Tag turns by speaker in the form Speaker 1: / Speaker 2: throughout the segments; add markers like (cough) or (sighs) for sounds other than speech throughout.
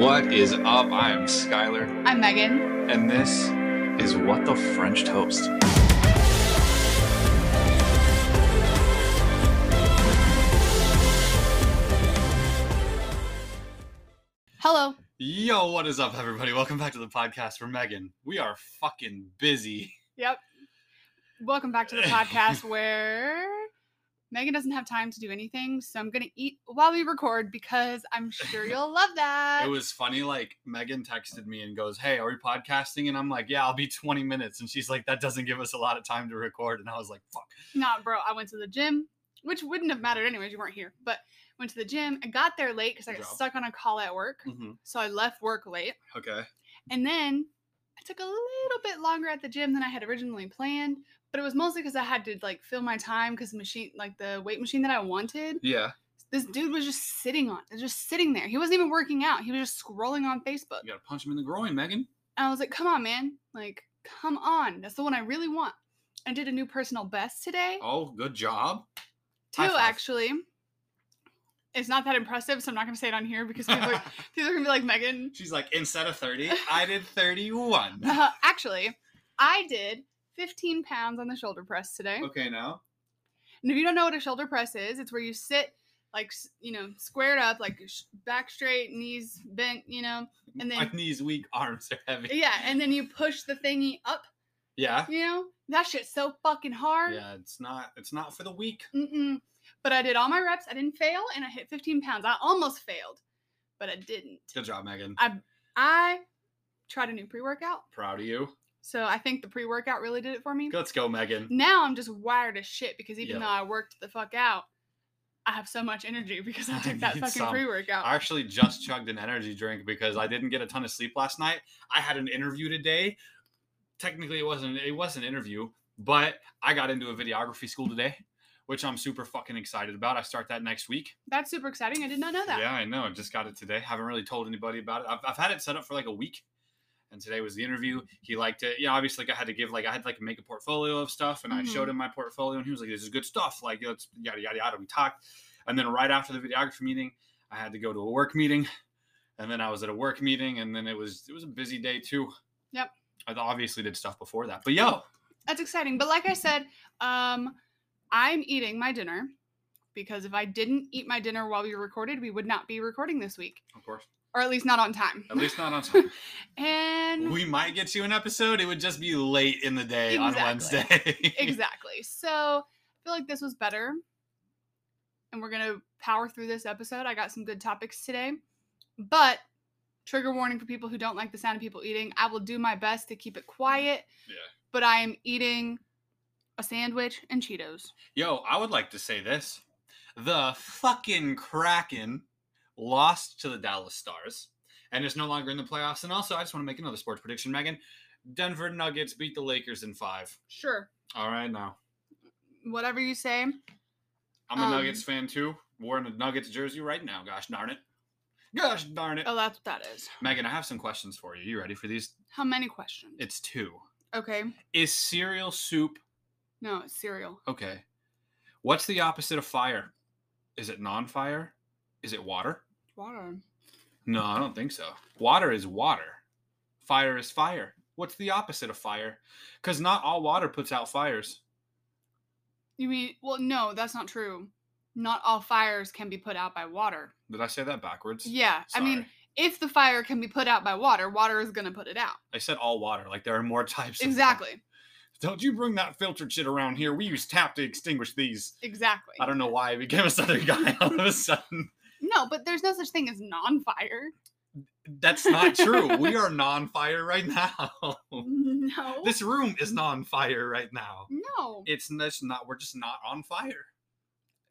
Speaker 1: What is up? I am Skylar,
Speaker 2: I'm Megan.
Speaker 1: and this is What the French Toast.
Speaker 2: Hello.
Speaker 1: Yo, what is up, everybody? Welcome back to the podcast for Megan. We are fucking busy.
Speaker 2: Yep. Welcome back to the podcast (laughs) where Megan doesn't have time to do anything, so I'm going to eat while we record because
Speaker 1: (laughs)
Speaker 2: I'm sure you'll love that.
Speaker 1: It was funny, like, Megan texted me and goes, Hey, are we podcasting? And I'm like, Yeah, I'll be 20 minutes. And she's like, That doesn't give us a lot of time to record. And I was like, Fuck.
Speaker 2: nah, bro, I went to the gym, which wouldn't have mattered anyways. You weren't here, but went to the gym. I got there late because I
Speaker 1: Good
Speaker 2: got
Speaker 1: job.
Speaker 2: stuck on a call at work.
Speaker 1: Mhm.
Speaker 2: So I left work late.
Speaker 1: Okay.
Speaker 2: And then I took a little bit longer at the gym than I had originally planned, but it was mostly because I had to like fill my time because the machine, like the weight machine that I wanted,
Speaker 1: Yeah.
Speaker 2: this dude was just sitting on just sitting there he wasn't even working out he was just scrolling on facebook
Speaker 1: You got to punch him in the groin, Megan.
Speaker 2: and i was like come on man like come on that's the one i really want i did a new personal best today
Speaker 1: Oh, good (laughs) job.
Speaker 2: too
Speaker 1: high five.
Speaker 2: actually it's not that impressive so i'm not going to say it on here because people
Speaker 1: (laughs)
Speaker 2: are, people are going to be like megan Uh,
Speaker 1: She's like, Instead of 30, I did 31.
Speaker 2: actually i did 15 pounds on the shoulder press today
Speaker 1: okay, now.
Speaker 2: And if you don't know what a shoulder press is, it's where you sit like s- you know squared up, like sh- back straight, knees bent, you know, and
Speaker 1: My
Speaker 2: then
Speaker 1: knees weak, arms are heavy.
Speaker 2: yeah, and then you push the thingy up,
Speaker 1: Yeah.
Speaker 2: you know. That shit's so fucking hard.
Speaker 1: Yeah, it's not it's not for the weak.
Speaker 2: Mm-mm. But I did all my reps. I didn't fail, and I hit 15 pounds. I almost failed, but I didn't.
Speaker 1: Good job, Megan.
Speaker 2: I I tried a new pre-workout,
Speaker 1: Proud of you.
Speaker 2: so I think the pre-workout really did it for me.
Speaker 1: Let's go, Megan.
Speaker 2: Now I'm just wired as shit because even
Speaker 1: Yeah.
Speaker 2: though I worked the fuck out, I have so much energy (laughs) because I took that
Speaker 1: Need
Speaker 2: fucking
Speaker 1: some.
Speaker 2: pre-workout.
Speaker 1: I actually just chugged an energy drink because I didn't get a ton of sleep last night. I had an interview today. Technically, it wasn't it was an interview, but I got into a videography school today, which I'm super fucking excited about. I start that next week.
Speaker 2: That's super exciting. I did (laughs) not know that.
Speaker 1: Yeah, I know. Just got it today. Haven't really told anybody about it. I've, I've had it set up for like a week, and today was the
Speaker 2: Mm.
Speaker 1: interview. He liked it. Yeah, obviously, like I had to give like I had to, like make a portfolio of stuff, and I showed
Speaker 2: Mm-hmm.
Speaker 1: him my portfolio, and he was like, "This is good stuff." Like it's yada yada yada. We talked, and then right after the videography meeting, I had to go to a work meeting, and then I was at a work meeting, and then it was it was a busy day too.
Speaker 2: Yep.
Speaker 1: I obviously did stuff before that, but yo,
Speaker 2: That's exciting. But like I said, um, I'm eating my dinner because if I didn't eat my dinner while we recorded, we would not be recording this week,
Speaker 1: of course,
Speaker 2: or at least not on time.
Speaker 1: at least not on time.
Speaker 2: (laughs)
Speaker 1: (laughs)
Speaker 2: and
Speaker 1: we might get you an episode. It would just be late in the day on
Speaker 2: Exactly.
Speaker 1: Wednesday. (laughs)
Speaker 2: exactly. So I feel like this was better. And we're gonna power through this episode. I got some good topics today, but trigger warning for people who don't like the sound of people eating. I will do my best to keep it quiet.
Speaker 1: Yeah.
Speaker 2: But I am eating a sandwich and Cheetos.
Speaker 1: Yo, I would like to say this. The fucking Kraken lost to the Dallas Stars and is no longer in the playoffs. And also, I just want to make another sports prediction, Megan. Denver Nuggets beat the Lakers in five.
Speaker 2: Sure.
Speaker 1: All right, now.
Speaker 2: whatever you say.
Speaker 1: I'm a
Speaker 2: Um,
Speaker 1: Nuggets fan too. Wearing a Nuggets jersey right now. Gosh darn it. Gosh darn it.
Speaker 2: Oh, that's what that is.
Speaker 1: Megan, I have some questions for you. You ready for these?
Speaker 2: How many questions?
Speaker 1: It's two.
Speaker 2: okay.
Speaker 1: Is cereal soup
Speaker 2: No, it's cereal.
Speaker 1: okay? What's the opposite of fire? Is it non fire? Is it water?
Speaker 2: Water.
Speaker 1: No, I don't think so. Water is water. Fire is fire. What's the opposite of fire? Because not all water puts out fires.
Speaker 2: You mean, well, no, that's not true. Not all fires can be put out by water.
Speaker 1: Did I say that backwards?
Speaker 2: Yeah. I mean,
Speaker 1: Sorry.
Speaker 2: if the fire can be put out by water, water is going to put it out.
Speaker 1: I said all water. Like there are more (laughs) types. of water.
Speaker 2: Exactly.
Speaker 1: Don't you bring that filtered shit around here. We use tap to extinguish these.
Speaker 2: Exactly.
Speaker 1: I don't know why I became a southern (laughs) guy all of a sudden.
Speaker 2: No, but there's no such thing as non fire.
Speaker 1: That's not true. we are non-fire right now.
Speaker 2: (laughs)
Speaker 1: (laughs)
Speaker 2: No.
Speaker 1: this room is non-fire right now.
Speaker 2: no.
Speaker 1: It's, n- it's not. We're just not on fire,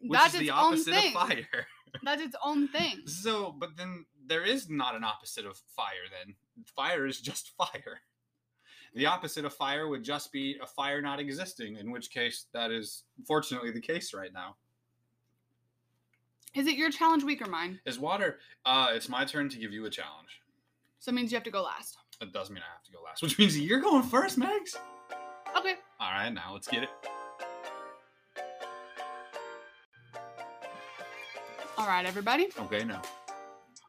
Speaker 1: which
Speaker 2: That's
Speaker 1: is the
Speaker 2: its
Speaker 1: opposite
Speaker 2: own thing.
Speaker 1: of fire.
Speaker 2: That's its
Speaker 1: (laughs)
Speaker 2: own thing.
Speaker 1: So, but then there is not an opposite of fire, then. Fire is just (laughs) fire. The opposite of fire would just be a fire not existing, in which case that is fortunately the case right now.
Speaker 2: Is it your challenge week or mine?
Speaker 1: Is water, uh, it's my turn to give you a challenge.
Speaker 2: So it means you have to go last.
Speaker 1: That does mean I have to go last, (laughs) which means you're going first, Max.
Speaker 2: Okay.
Speaker 1: All right, now let's get it.
Speaker 2: All right, everybody.
Speaker 1: Okay, now.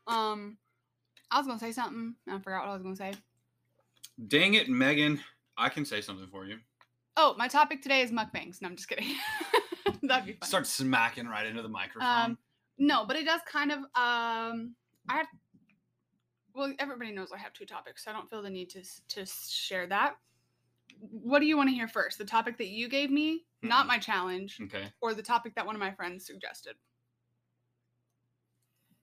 Speaker 2: Um, I was gonna say something. and I forgot what I was gonna say.
Speaker 1: Dang it, Megan. I can say something for you.
Speaker 2: Oh, my topic today is mukbangs. No, I'm just kidding. (laughs) That'd be fun.
Speaker 1: Start smacking right into the microphone.
Speaker 2: Um, no, but it does kind of. Um, I have. Well, everybody knows I have two topics, so I don't feel the need to s- to share that. What do you want to hear first? The topic that you gave me, not
Speaker 1: Mhm.
Speaker 2: my challenge,
Speaker 1: okay.
Speaker 2: or the topic that one of my friends suggested?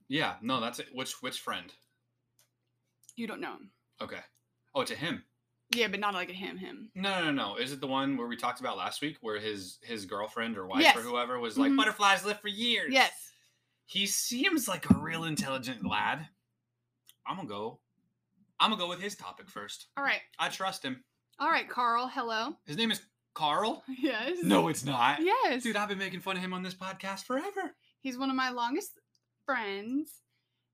Speaker 1: Yeah. No, that's it. Which which friend?
Speaker 2: You don't know him.
Speaker 1: Okay. Oh, to him.
Speaker 2: Yeah, but not like a him him.
Speaker 1: No, no, no. Is it the one where we talked about last week, where his his girlfriend or wife
Speaker 2: Yes.
Speaker 1: or whoever was like,
Speaker 2: Mhm.
Speaker 1: "Butterflies live for years."
Speaker 2: Yes.
Speaker 1: He seems like a real intelligent lad. I'm gonna go. I'm gonna go with his topic first.
Speaker 2: All right.
Speaker 1: I trust him.
Speaker 2: All right, Carl. Hello. (laughs)
Speaker 1: His name is Carl.
Speaker 2: Yes.
Speaker 1: No, it's not.
Speaker 2: Yes.
Speaker 1: Dude, I've been making fun of him on this podcast forever.
Speaker 2: He's one of my longest friends.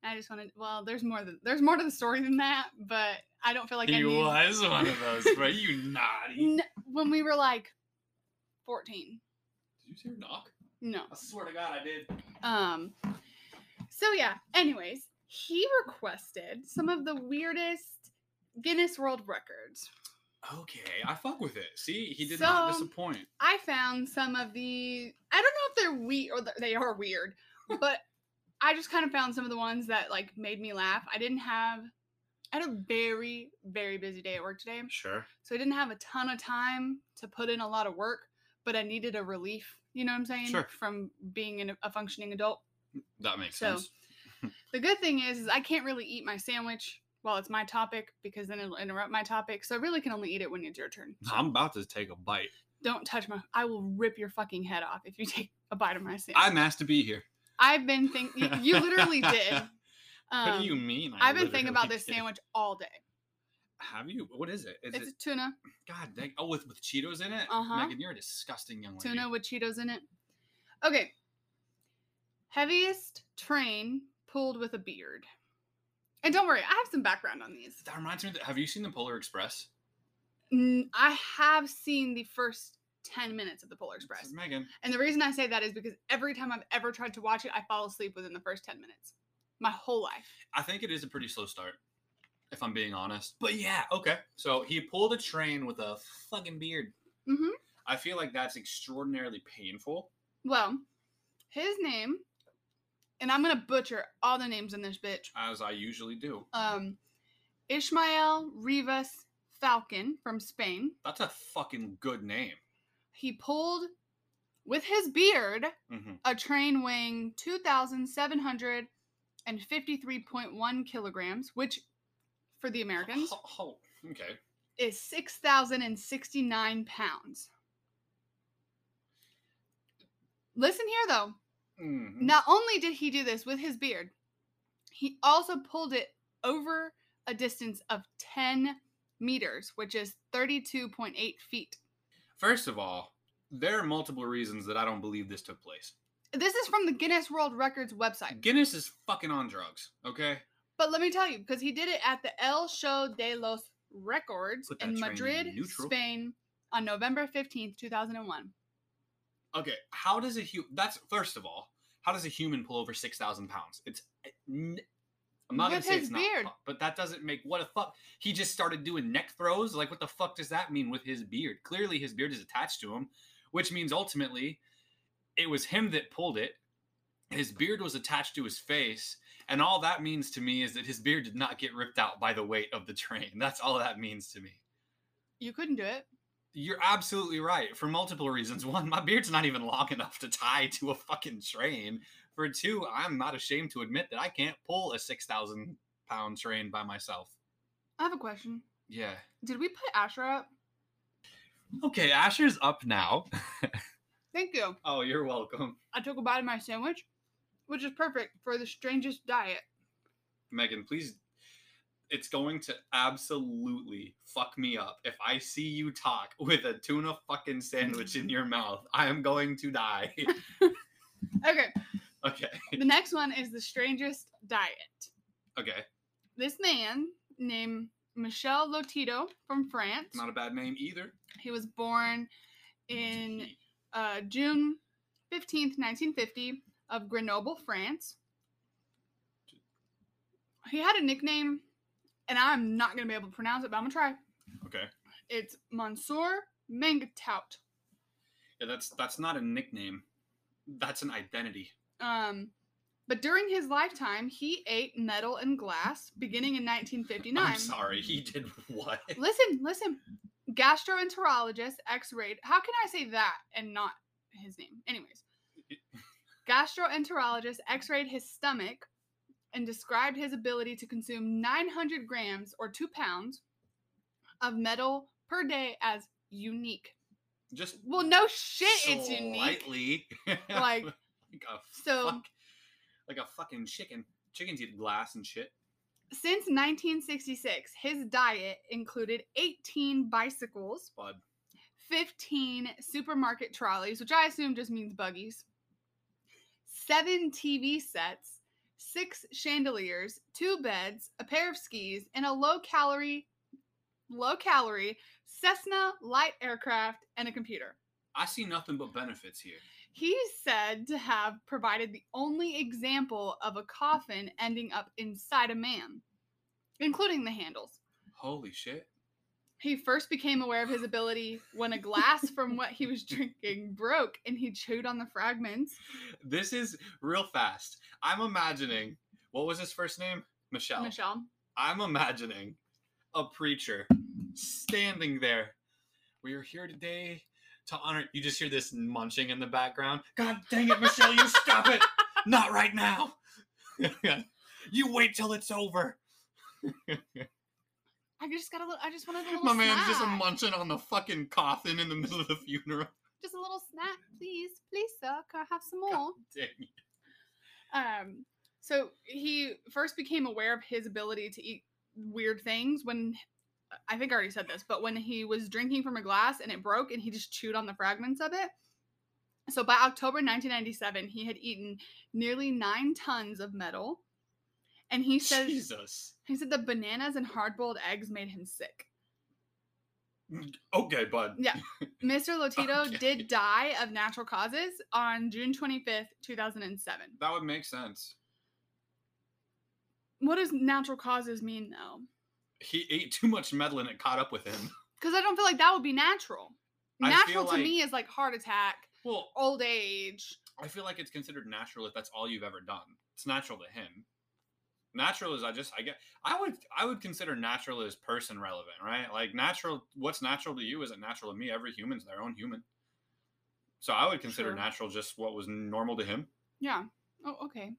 Speaker 2: And I just wanted. Well, there's more. Than, there's more to the story than that, but I don't feel like I Mm.
Speaker 1: he
Speaker 2: need.
Speaker 1: was one of those, bro. You naughty.
Speaker 2: N- when we were like 14.
Speaker 1: Did you hear a knock?
Speaker 2: No.
Speaker 1: I swear to God, I did.
Speaker 2: Um. So yeah. Anyways, he requested some of the weirdest Guinness World Records.
Speaker 1: Okay, I fuck with it. See, he did not
Speaker 2: So-
Speaker 1: disappoint.
Speaker 2: I found some of the. I don't know if they're weird or th- they are weird, but I just kind of found some of the ones that like made me laugh. I didn't have. I had a very very busy day at work today,
Speaker 1: Sure.
Speaker 2: so I didn't have a ton of time to put in a lot of work. But I needed a relief. You know what I'm saying?
Speaker 1: Sure.
Speaker 2: From being an, a functioning adult.
Speaker 1: That makes
Speaker 2: So-
Speaker 1: sense.
Speaker 2: The good thing is, is I can't really eat my sandwich while it's my topic because then it'll interrupt my topic. So I really can only eat it when it's
Speaker 1: (laughs)
Speaker 2: your turn.
Speaker 1: I'm about to take a bite.
Speaker 2: Don't touch my. I will rip your fucking head off if you take a bite of my sandwich.
Speaker 1: I'm asked to be here.
Speaker 2: I've been thinking. You, you
Speaker 1: (laughs)
Speaker 2: literally did. Um,
Speaker 1: what do you mean? I
Speaker 2: I've been thinking
Speaker 1: literally
Speaker 2: about this
Speaker 1: did?
Speaker 2: sandwich all day.
Speaker 1: Have you? What is it? Is
Speaker 2: it's
Speaker 1: it
Speaker 2: a tuna,
Speaker 1: God dang? Oh, with with Cheetos in it.
Speaker 2: Uh-huh.
Speaker 1: Megan, you're a disgusting young lady.
Speaker 2: tuna with Cheetos in it. Okay. Heaviest train pulled with a beard. And don't worry, I have some background on these.
Speaker 1: That reminds me. That, have you seen the Polar Express?
Speaker 2: N- I have seen the first 10 minutes of the Polar
Speaker 1: It's-
Speaker 2: Express.
Speaker 1: Megan.
Speaker 2: And the reason I say that is because every time I've ever tried to watch it, I fall asleep within the first 10 minutes. My whole life.
Speaker 1: I think it is a pretty slow start, if I'm being honest. But yeah, okay. So he pulled a train with a fucking beard.
Speaker 2: hmm
Speaker 1: I feel like that's extraordinarily painful.
Speaker 2: Well, his name, and I'm going to butcher all the names in this bitch.
Speaker 1: as I usually do.
Speaker 2: Um, Ishmael Rivas Falcon from Spain.
Speaker 1: That's a fucking good name.
Speaker 2: He pulled with his beard
Speaker 1: hmm
Speaker 2: a train weighing 2,753.1 kilograms, which for the Americans
Speaker 1: Oh, okay.
Speaker 2: is 6,069 pounds. Listen here, though.
Speaker 1: Mhm.
Speaker 2: Not only did he do this with his beard, he also pulled it over a distance of 10 meters, which is 32.8 feet.
Speaker 1: First of all, there are multiple reasons that I don't believe this took place.
Speaker 2: This is from the Guinness World Records website.
Speaker 1: Guinness is fucking on drugs, okay?
Speaker 2: But let me tell you, because he did it at the El Show de los Records
Speaker 1: Put that
Speaker 2: in
Speaker 1: train in
Speaker 2: Madrid,
Speaker 1: neutral.
Speaker 2: Spain, on November 15th, 2001.
Speaker 1: Okay, how does a human? That's first of all, how does a human pull over six thousand pounds? It's. eh, n- I'm not gonna
Speaker 2: With
Speaker 1: say
Speaker 2: his
Speaker 1: it's
Speaker 2: beard.
Speaker 1: not, fu- but that doesn't make what a fuck. He just started doing neck throws. Like, what the fuck does that mean with his beard? Clearly, his beard is attached to him, which means ultimately, it was him that pulled it. His beard was attached to his face, and all that means to me is that his beard did not get ripped out by the weight of the train. (laughs) That's all that means to me.
Speaker 2: You couldn't do it.
Speaker 1: You're absolutely right for multiple reasons. (laughs) One, my beard's not even long enough to tie to a fucking train. For two, I'm not ashamed to admit that I can't pull a 6,000 pound train by myself.
Speaker 2: I have a question.
Speaker 1: Yeah.
Speaker 2: Did we put Asher up?
Speaker 1: Okay, Asher's up now. (laughs)
Speaker 2: Thank you.
Speaker 1: Oh, you're welcome.
Speaker 2: I took a bite of my sandwich, which is perfect for the strangest diet.
Speaker 1: Megan, please. It's going to absolutely fuck me up if I see you talk with a tuna fucking sandwich in your mouth. I am going to die. (laughs)
Speaker 2: Okay,
Speaker 1: okay. (laughs)
Speaker 2: the next one is the strangest diet.
Speaker 1: Okay.
Speaker 2: This man named Michel Lotito from France.
Speaker 1: Not a bad name either.
Speaker 2: He was born in uh, June 15th, 1950, of Grenoble, France. he had a nickname, and I'm not gonna be able to pronounce it, but I'm gonna try.
Speaker 1: Okay.
Speaker 2: It's Mansoor Mangtout.
Speaker 1: Yeah, that's that's not a nickname. That's an identity.
Speaker 2: Um, but during his lifetime, he ate metal and glass, beginning in 1959.
Speaker 1: I'm sorry. He did
Speaker 2: (laughs)
Speaker 1: what?
Speaker 2: Listen, listen. Gastroenterologist, X-rayed. How can I say that and not his name? Anyways, gastroenterologist X-rayed his stomach and described his ability to consume 900 grams or two pounds of metal per day as unique.
Speaker 1: Just
Speaker 2: Well, no shit, it's unique.
Speaker 1: slightly. (laughs)
Speaker 2: Like,
Speaker 1: like a
Speaker 2: so-
Speaker 1: fuck, like a fucking chicken. Chickens eat glass and shit.
Speaker 2: Since 1966, his diet included 18 bicycles,
Speaker 1: Bud.
Speaker 2: 15 supermarket trolleys, which I assume just means buggies, seven TV sets, six chandeliers, two beds, a pair of skis, and a low calorie, low calorie Cessna light aircraft and a computer.
Speaker 1: I see nothing but benefits here.
Speaker 2: He's said to have provided the only example of a coffin ending up inside a man, including the handles.
Speaker 1: Holy shit.
Speaker 2: He first became aware of his ability when a glass from what he was drinking broke and he chewed on the fragments.
Speaker 1: This is real fast. I'm imagining what was his first name? Michelle.
Speaker 2: Michelle.
Speaker 1: I'm imagining a preacher standing there. We are here today to honor. You just hear this munching in the background. God dang it, Michelle, you stop
Speaker 2: (laughs)
Speaker 1: it! Not right now. (laughs) you wait till it's over.
Speaker 2: I just got a little I just wanted a
Speaker 1: (laughs)
Speaker 2: little
Speaker 1: My
Speaker 2: snack.
Speaker 1: man's just munching on the fucking coffin in the middle of the funeral. (laughs)
Speaker 2: Just a little snack, please. Please, sir. Can I have some more?
Speaker 1: Dang it.
Speaker 2: Um, so he first became aware of his ability to eat weird things when I think I already said this, but when he was drinking from a glass and it broke and he just chewed on the fragments of it. So by October 1997, he had eaten nearly nine tons of metal. And he says
Speaker 1: Jesus.
Speaker 2: he said the bananas and hard boiled eggs made him sick.
Speaker 1: Okay, bud.
Speaker 2: Yeah. Mr. Lotito
Speaker 1: Okay.
Speaker 2: did die of natural causes on June 25th, 2007.
Speaker 1: That would make sense.
Speaker 2: What does natural causes mean though?
Speaker 1: He ate too much metal and it caught up with him.
Speaker 2: Because I don't feel like that would be natural.
Speaker 1: I
Speaker 2: Natural
Speaker 1: feel
Speaker 2: to
Speaker 1: like-
Speaker 2: me is like heart attack,
Speaker 1: Well,
Speaker 2: old age.
Speaker 1: I feel like it's considered natural if that's all you've ever done. It's natural to him. Natural is I just I get I would I would consider natural as person relevant, right? Like natural what's natural to you isn't natural to me. Every human's their own human. So I would consider
Speaker 2: Sure.
Speaker 1: natural just what was normal to him.
Speaker 2: Yeah. Oh, okay.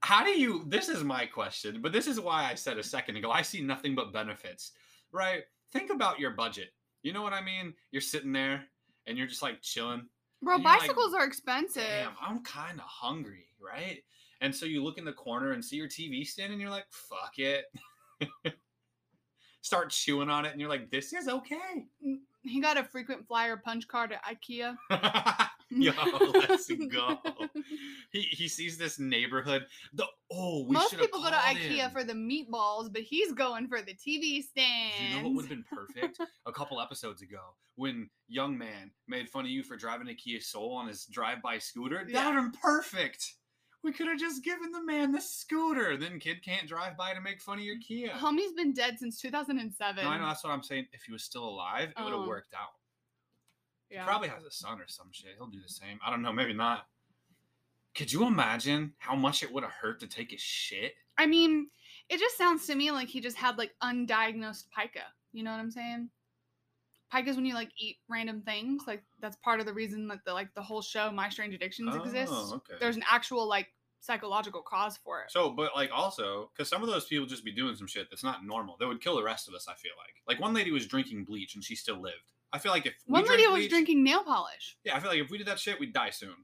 Speaker 1: How do you this is my question, but this is why I said a second ago, I see nothing but benefits. Right? Think about your budget. You know what I mean? You're sitting there and you're just like chilling.
Speaker 2: Bro,
Speaker 1: And you're like,
Speaker 2: bicycles are expensive.
Speaker 1: damn, I'm kind of hungry, right? And so you look in the corner and see your TV stand and you're like, fuck it. (laughs) Start chewing on it and you're like, this is okay. (laughs)
Speaker 2: He got a frequent flyer punch card at IKEA. (laughs)
Speaker 1: Yo, let's go. He, he sees this neighborhood. The oh, we
Speaker 2: Most
Speaker 1: should have
Speaker 2: people go to IKEA for the meatballs, but he's going for the TV
Speaker 1: You
Speaker 2: stand.
Speaker 1: know what would have been perfect? a couple episodes ago when young man made fun of you for driving a Kia Soul on his drive-by scooter.
Speaker 2: Yeah.
Speaker 1: That would have been perfect. We could have just given the man the scooter. Then kid can't drive by to make fun of your
Speaker 2: Mm,
Speaker 1: Kia.
Speaker 2: Homie's been dead since 2007.
Speaker 1: No, I know that's what I'm saying. If he was still alive, it would have
Speaker 2: Oh.
Speaker 1: worked out.
Speaker 2: Yeah.
Speaker 1: He probably has a son or some shit. He'll do the same. I don't know. Maybe not. Could you imagine how much it would have hurt to take a shit?
Speaker 2: I mean, it just sounds to me like he just had like undiagnosed pica. You know what I'm saying? Pica is when you like eat random things. Like that's part of the reason that the like the whole show My Strange Addictions exists.
Speaker 1: Oh, okay.
Speaker 2: There's an actual like psychological cause for it.
Speaker 1: So, but like also, because some of those people just be doing some shit that's not normal. That would kill the rest of us. I feel like. Like one lady was drinking bleach and she still lived. I feel like if we
Speaker 2: One
Speaker 1: drank
Speaker 2: lady was
Speaker 1: bleach-
Speaker 2: drinking nail polish.
Speaker 1: yeah, I feel like if we did that shit, we'd die soon.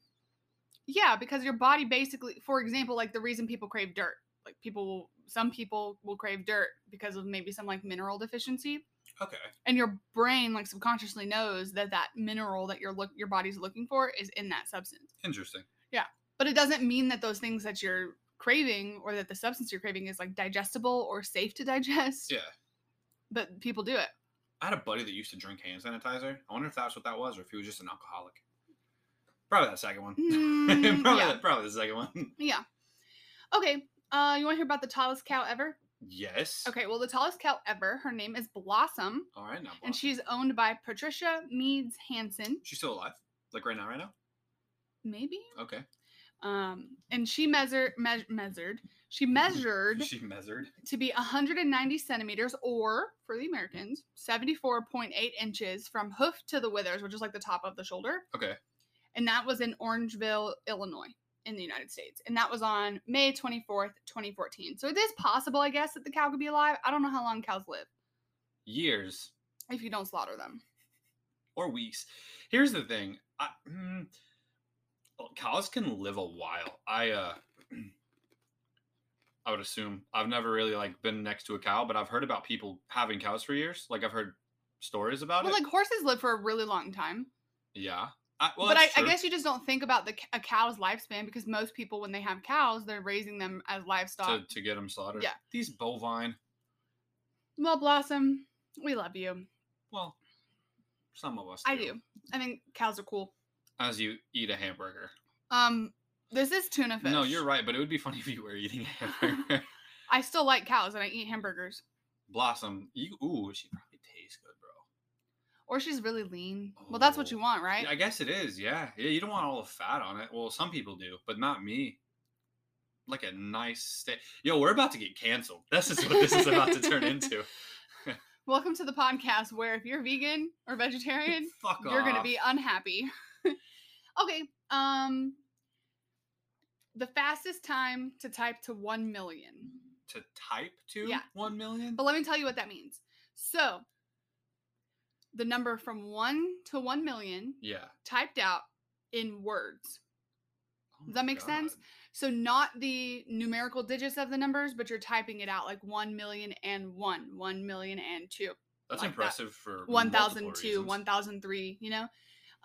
Speaker 2: Yeah, because your body basically, for example, like the reason people crave dirt, like people, will, some people will crave dirt because of maybe some like mineral deficiency,
Speaker 1: Okay.
Speaker 2: and your brain like subconsciously knows that that mineral that your look your body's looking for is in that substance.
Speaker 1: Interesting.
Speaker 2: but it doesn't mean that those things that you're craving or that the substance you're craving is like digestible or safe to digest
Speaker 1: Yeah.
Speaker 2: but people
Speaker 1: (laughs)
Speaker 2: do it
Speaker 1: I had a buddy that used to drink hand sanitizer. I wonder if that's what that was, or if he was just an alcoholic. Probably that second one. (laughs)
Speaker 2: Mm,
Speaker 1: probably,
Speaker 2: yeah
Speaker 1: the, probably the second one.
Speaker 2: yeah okay Uh, you want to hear about the tallest cow ever?
Speaker 1: (laughs) Yes.
Speaker 2: Okay, well, the tallest cow ever, her name is Blossom,
Speaker 1: All right. Now,
Speaker 2: and
Speaker 1: Blossom.
Speaker 2: she's owned by Patricia Meads Hansen,
Speaker 1: she's still alive. Like right now, right now.
Speaker 2: maybe.
Speaker 1: Okay.
Speaker 2: Um, and she measure, meas measured. She
Speaker 1: Mm-hmm. (laughs)
Speaker 2: measured
Speaker 1: She measured.
Speaker 2: to be 190 centimeters, or for the Americans, 74.8 inches from hoof to the withers, which is like the top of the shoulder.
Speaker 1: Okay.
Speaker 2: And that was in Orangeville, Illinois, in the United States. And that was on May 24th, 2014. So it is possible, I guess, that the cow could be alive. I don't know how long cows live
Speaker 1: Years
Speaker 2: if you don't slaughter them.
Speaker 1: or weeks. Here's the thing. I, mm, well, cows can live a while. I uh, (clears throat) I would assume. I've never really like been next to a cow, but I've heard about people having cows for years. Like I've heard stories about
Speaker 2: Well,
Speaker 1: it.
Speaker 2: like horses live for a really long time.
Speaker 1: yeah. I, well,
Speaker 2: but I,
Speaker 1: that's
Speaker 2: I
Speaker 1: true.
Speaker 2: guess you just don't think about the c- a cow's lifespan because most people, when they have cows, they're raising them as livestock.
Speaker 1: to, to get them slaughtered.
Speaker 2: Yeah.
Speaker 1: These bovine.
Speaker 2: Well, Blossom, we love you.
Speaker 1: Well, some of us.
Speaker 2: I do. I think cows are cool.
Speaker 1: As you eat a hamburger.
Speaker 2: Um, this is tuna fish.
Speaker 1: No, you're right, but it would be (laughs) funny if you were
Speaker 2: (laughs)
Speaker 1: eating a hamburger.
Speaker 2: I still like cows and I eat hamburgers.
Speaker 1: Blossom, you ooh, she probably tastes good, bro.
Speaker 2: Or she's really lean. Well, that's what you
Speaker 1: Oh.
Speaker 2: want, right?
Speaker 1: Yeah, I guess it is. Yeah, yeah. You don't want all the fat on it. Well, some people do, but not me. Like a nice steak. Yo, we're about to get canceled. (laughs) This is what this is about to turn into.
Speaker 2: Welcome to the podcast where if you're vegan or vegetarian,
Speaker 1: (laughs) Fuck off.
Speaker 2: you're gonna be unhappy. (laughs) okay. Um, the fastest time to type to one million.
Speaker 1: to type to
Speaker 2: Yeah.
Speaker 1: one million.
Speaker 2: But let me tell you what that means. So, the number from one to one million
Speaker 1: yeah.
Speaker 2: typed out in words.
Speaker 1: Oh
Speaker 2: Does
Speaker 1: my
Speaker 2: that make sense?
Speaker 1: God.
Speaker 2: So not the numerical digits of the numbers, but you're typing it out like 1 million and 1, 1 million and 2,
Speaker 1: That's
Speaker 2: Like that.
Speaker 1: impressive for multiple
Speaker 2: 1002,
Speaker 1: reasons.
Speaker 2: 1003, you know?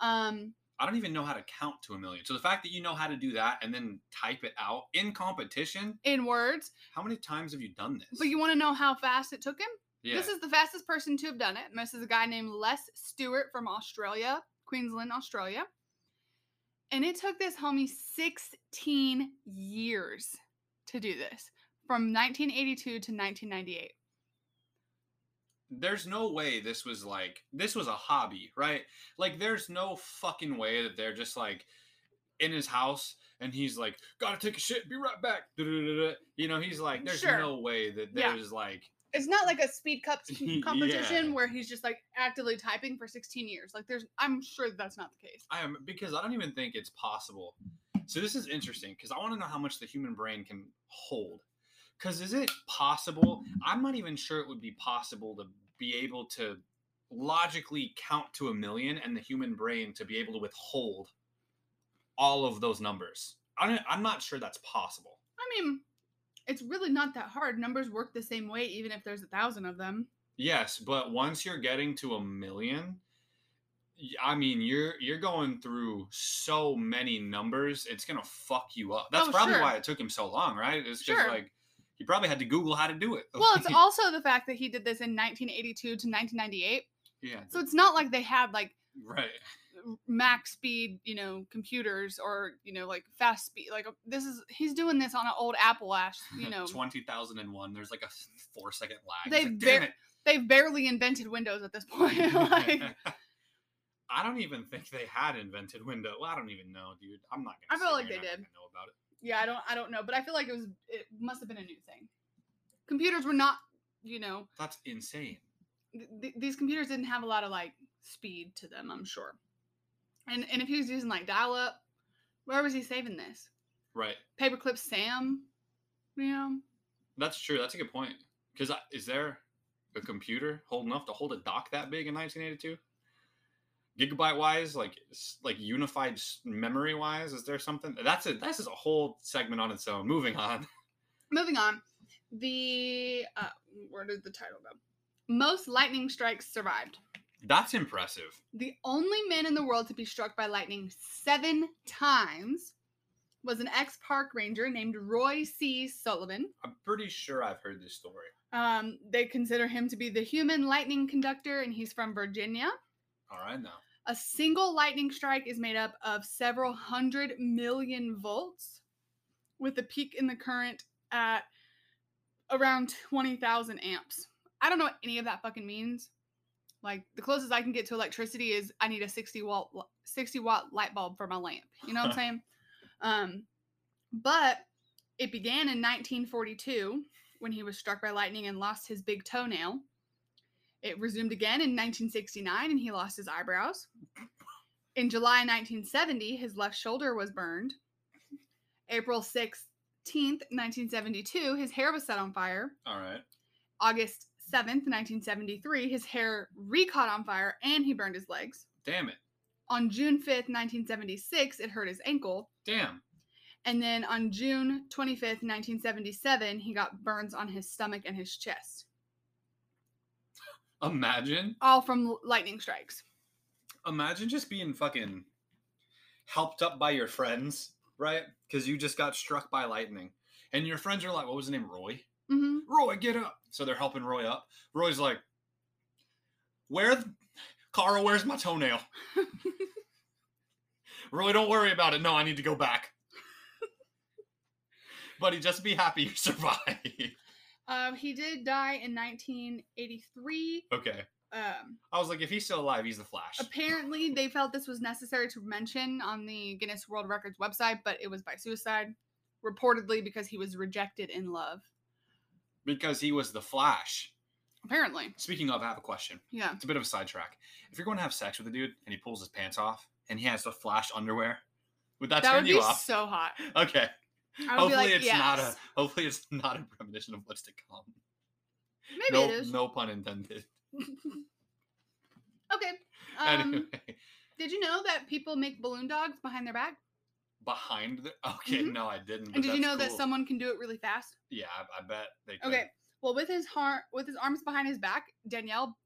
Speaker 2: Um
Speaker 1: I don't even know how to count to a million. So the fact that you know how to do that and then type it out in competition,
Speaker 2: in words,
Speaker 1: how many times have you done this?
Speaker 2: but you want to know how fast it took him?
Speaker 1: yeah.
Speaker 2: This is the fastest person to have done it. And This is a guy named Les Stewart from Australia, Queensland, Australia. And it took this homie 16 years to do this from 1982 to 1998.
Speaker 1: there's no way this was like this was a hobby, right? Like there's no fucking way that they're just like in his house and he's like, gotta take a shit, be right back. Du-du-du-du-du. You know, he's like, there's
Speaker 2: Sure.
Speaker 1: no way that
Speaker 2: Yeah.
Speaker 1: there's like
Speaker 2: it's not like a speed cup (laughs) c- competition
Speaker 1: Yeah.
Speaker 2: where he's just like actively typing for 16 years. Like there's I'm sure that that's not the case.
Speaker 1: I am because I don't even think it's possible. So this is interesting because I want to know how much the human brain can hold. Because is it possible? I'm not even sure it would be possible to be able to logically count to a million and the human brain to be able to withhold all of those numbers. I don't, I'm not sure that's possible.
Speaker 2: I mean, it's really not that hard. Numbers work the same way even if there's a thousand of them.
Speaker 1: Yes, but once you're getting to a million, y- I mean you're you're going through so many numbers, it's gonna fuck you up. That's
Speaker 2: Oh,
Speaker 1: probably
Speaker 2: sure.
Speaker 1: why it took him so long, right? It's just
Speaker 2: Sure.
Speaker 1: like you probably had to Google how to do it.
Speaker 2: Well,
Speaker 1: (laughs)
Speaker 2: it's also the fact that he did this in 1982 to 1998.
Speaker 1: yeah,
Speaker 2: So it's not like they had like
Speaker 1: right.
Speaker 2: r- max speed, you know, computers or, you know, like fast speed. Like a- this is he's doing this on an old Apple Ash,
Speaker 1: (laughs)
Speaker 2: you know.
Speaker 1: twenty thousand and one. There's like a four second lag.
Speaker 2: They
Speaker 1: It's like, damn
Speaker 2: ver- (laughs)
Speaker 1: it. (laughs)
Speaker 2: They've barely invented Windows at this point. (laughs) like
Speaker 1: I don't even think they had invented Windows. Well, I don't even know, dude. I'm not
Speaker 2: I
Speaker 1: gonna. sit
Speaker 2: feel like
Speaker 1: here and
Speaker 2: they
Speaker 1: I'm not
Speaker 2: did.
Speaker 1: gonna Know about it.
Speaker 2: Yeah, I don't I don't know, but I feel like it was it must have been a new thing. Computers were not, you know,
Speaker 1: That's insane.
Speaker 2: th- th- these computers didn't have a lot of like speed to them, I'm sure. And and if he was using like dial up, where was he saving this?
Speaker 1: Right.
Speaker 2: Paperclip Sam, you know?
Speaker 1: That's true. That's a good point. Because is there a computer old enough to hold a dock that big in 1982? Gigabyte wise, like s- like unified memory wise, is there something? That's a this is a whole segment on its own. Moving on. (laughs)
Speaker 2: Moving on, the uh, where did the title go? Most lightning strikes survived.
Speaker 1: That's impressive.
Speaker 2: The only man in the world to be struck by lightning seven times was an ex park ranger named Roy C. Sullivan.
Speaker 1: I'm pretty sure I've heard this story.
Speaker 2: Um, they consider him to be the human lightning conductor, and he's from Virginia.
Speaker 1: All right now.
Speaker 2: A single lightning strike is made up of several hundred million volts, with a peak in the current at around 20,000 amps. I don't know what any of that fucking means. Like the closest I can get to electricity is I need a 60 watt 60 watt light bulb for my lamp. You know what I'm saying? Um but it began in 1942 when he was struck by lightning and lost his big toenail. It resumed again in 1969 and he lost his eyebrows. In July 1970, his left shoulder was burned. April 16th, 1972, his hair was set on fire.
Speaker 1: All right.
Speaker 2: August 7th, 1973, his hair re-caught on fire and he burned his legs.
Speaker 1: Damn it.
Speaker 2: On June 5th, 1976, it hurt his ankle.
Speaker 1: Damn.
Speaker 2: And then on June 25th, 1977, he got burns on his stomach and his chest,
Speaker 1: Imagine.
Speaker 2: all from l- lightning strikes.
Speaker 1: Imagine just being fucking helped up by your friends, right? Because you just got struck by lightning. And your friends are like, what was his name? Roy?
Speaker 2: hmm
Speaker 1: Roy, get up. So they're helping Roy up. Roy's like, Where, the- Carl, where's my
Speaker 2: (laughs)
Speaker 1: toenail? Roy, don't worry about it. No, I need to go back. Buddy, just be happy you (laughs) survived.
Speaker 2: Um, he did die in 1983.
Speaker 1: okay.
Speaker 2: Um,
Speaker 1: I was like, if he's still alive, he's the Flash.
Speaker 2: apparently, they felt this was necessary to mention on the Guinness World Records website, but it was by suicide, reportedly because he was rejected in love.
Speaker 1: Because he was the Flash.
Speaker 2: Apparently,
Speaker 1: Speaking of, I have a question.
Speaker 2: yeah.
Speaker 1: It's a bit of a sidetrack. If you're going to have sex with a dude and he pulls his pants off and he has the Flash underwear, would that,
Speaker 2: that
Speaker 1: turn
Speaker 2: would be
Speaker 1: you off?
Speaker 2: so hot.
Speaker 1: Okay.
Speaker 2: I would be
Speaker 1: Hopefully
Speaker 2: like,
Speaker 1: it's not a
Speaker 2: "Yes."
Speaker 1: hopefully it's not a premonition of what's to come.
Speaker 2: Maybe
Speaker 1: no,
Speaker 2: it is.
Speaker 1: no pun intended. (laughs)
Speaker 2: Okay. Um,
Speaker 1: anyway,
Speaker 2: Did you know that people make balloon dogs behind their back?
Speaker 1: behind the okay,
Speaker 2: mhm.
Speaker 1: no, I didn't. but
Speaker 2: And did you
Speaker 1: that's
Speaker 2: know that
Speaker 1: cool.
Speaker 2: someone can do it really fast?
Speaker 1: Yeah, I, I bet they. Could.
Speaker 2: Okay. Well, with his har- with his arms behind his back, Danielle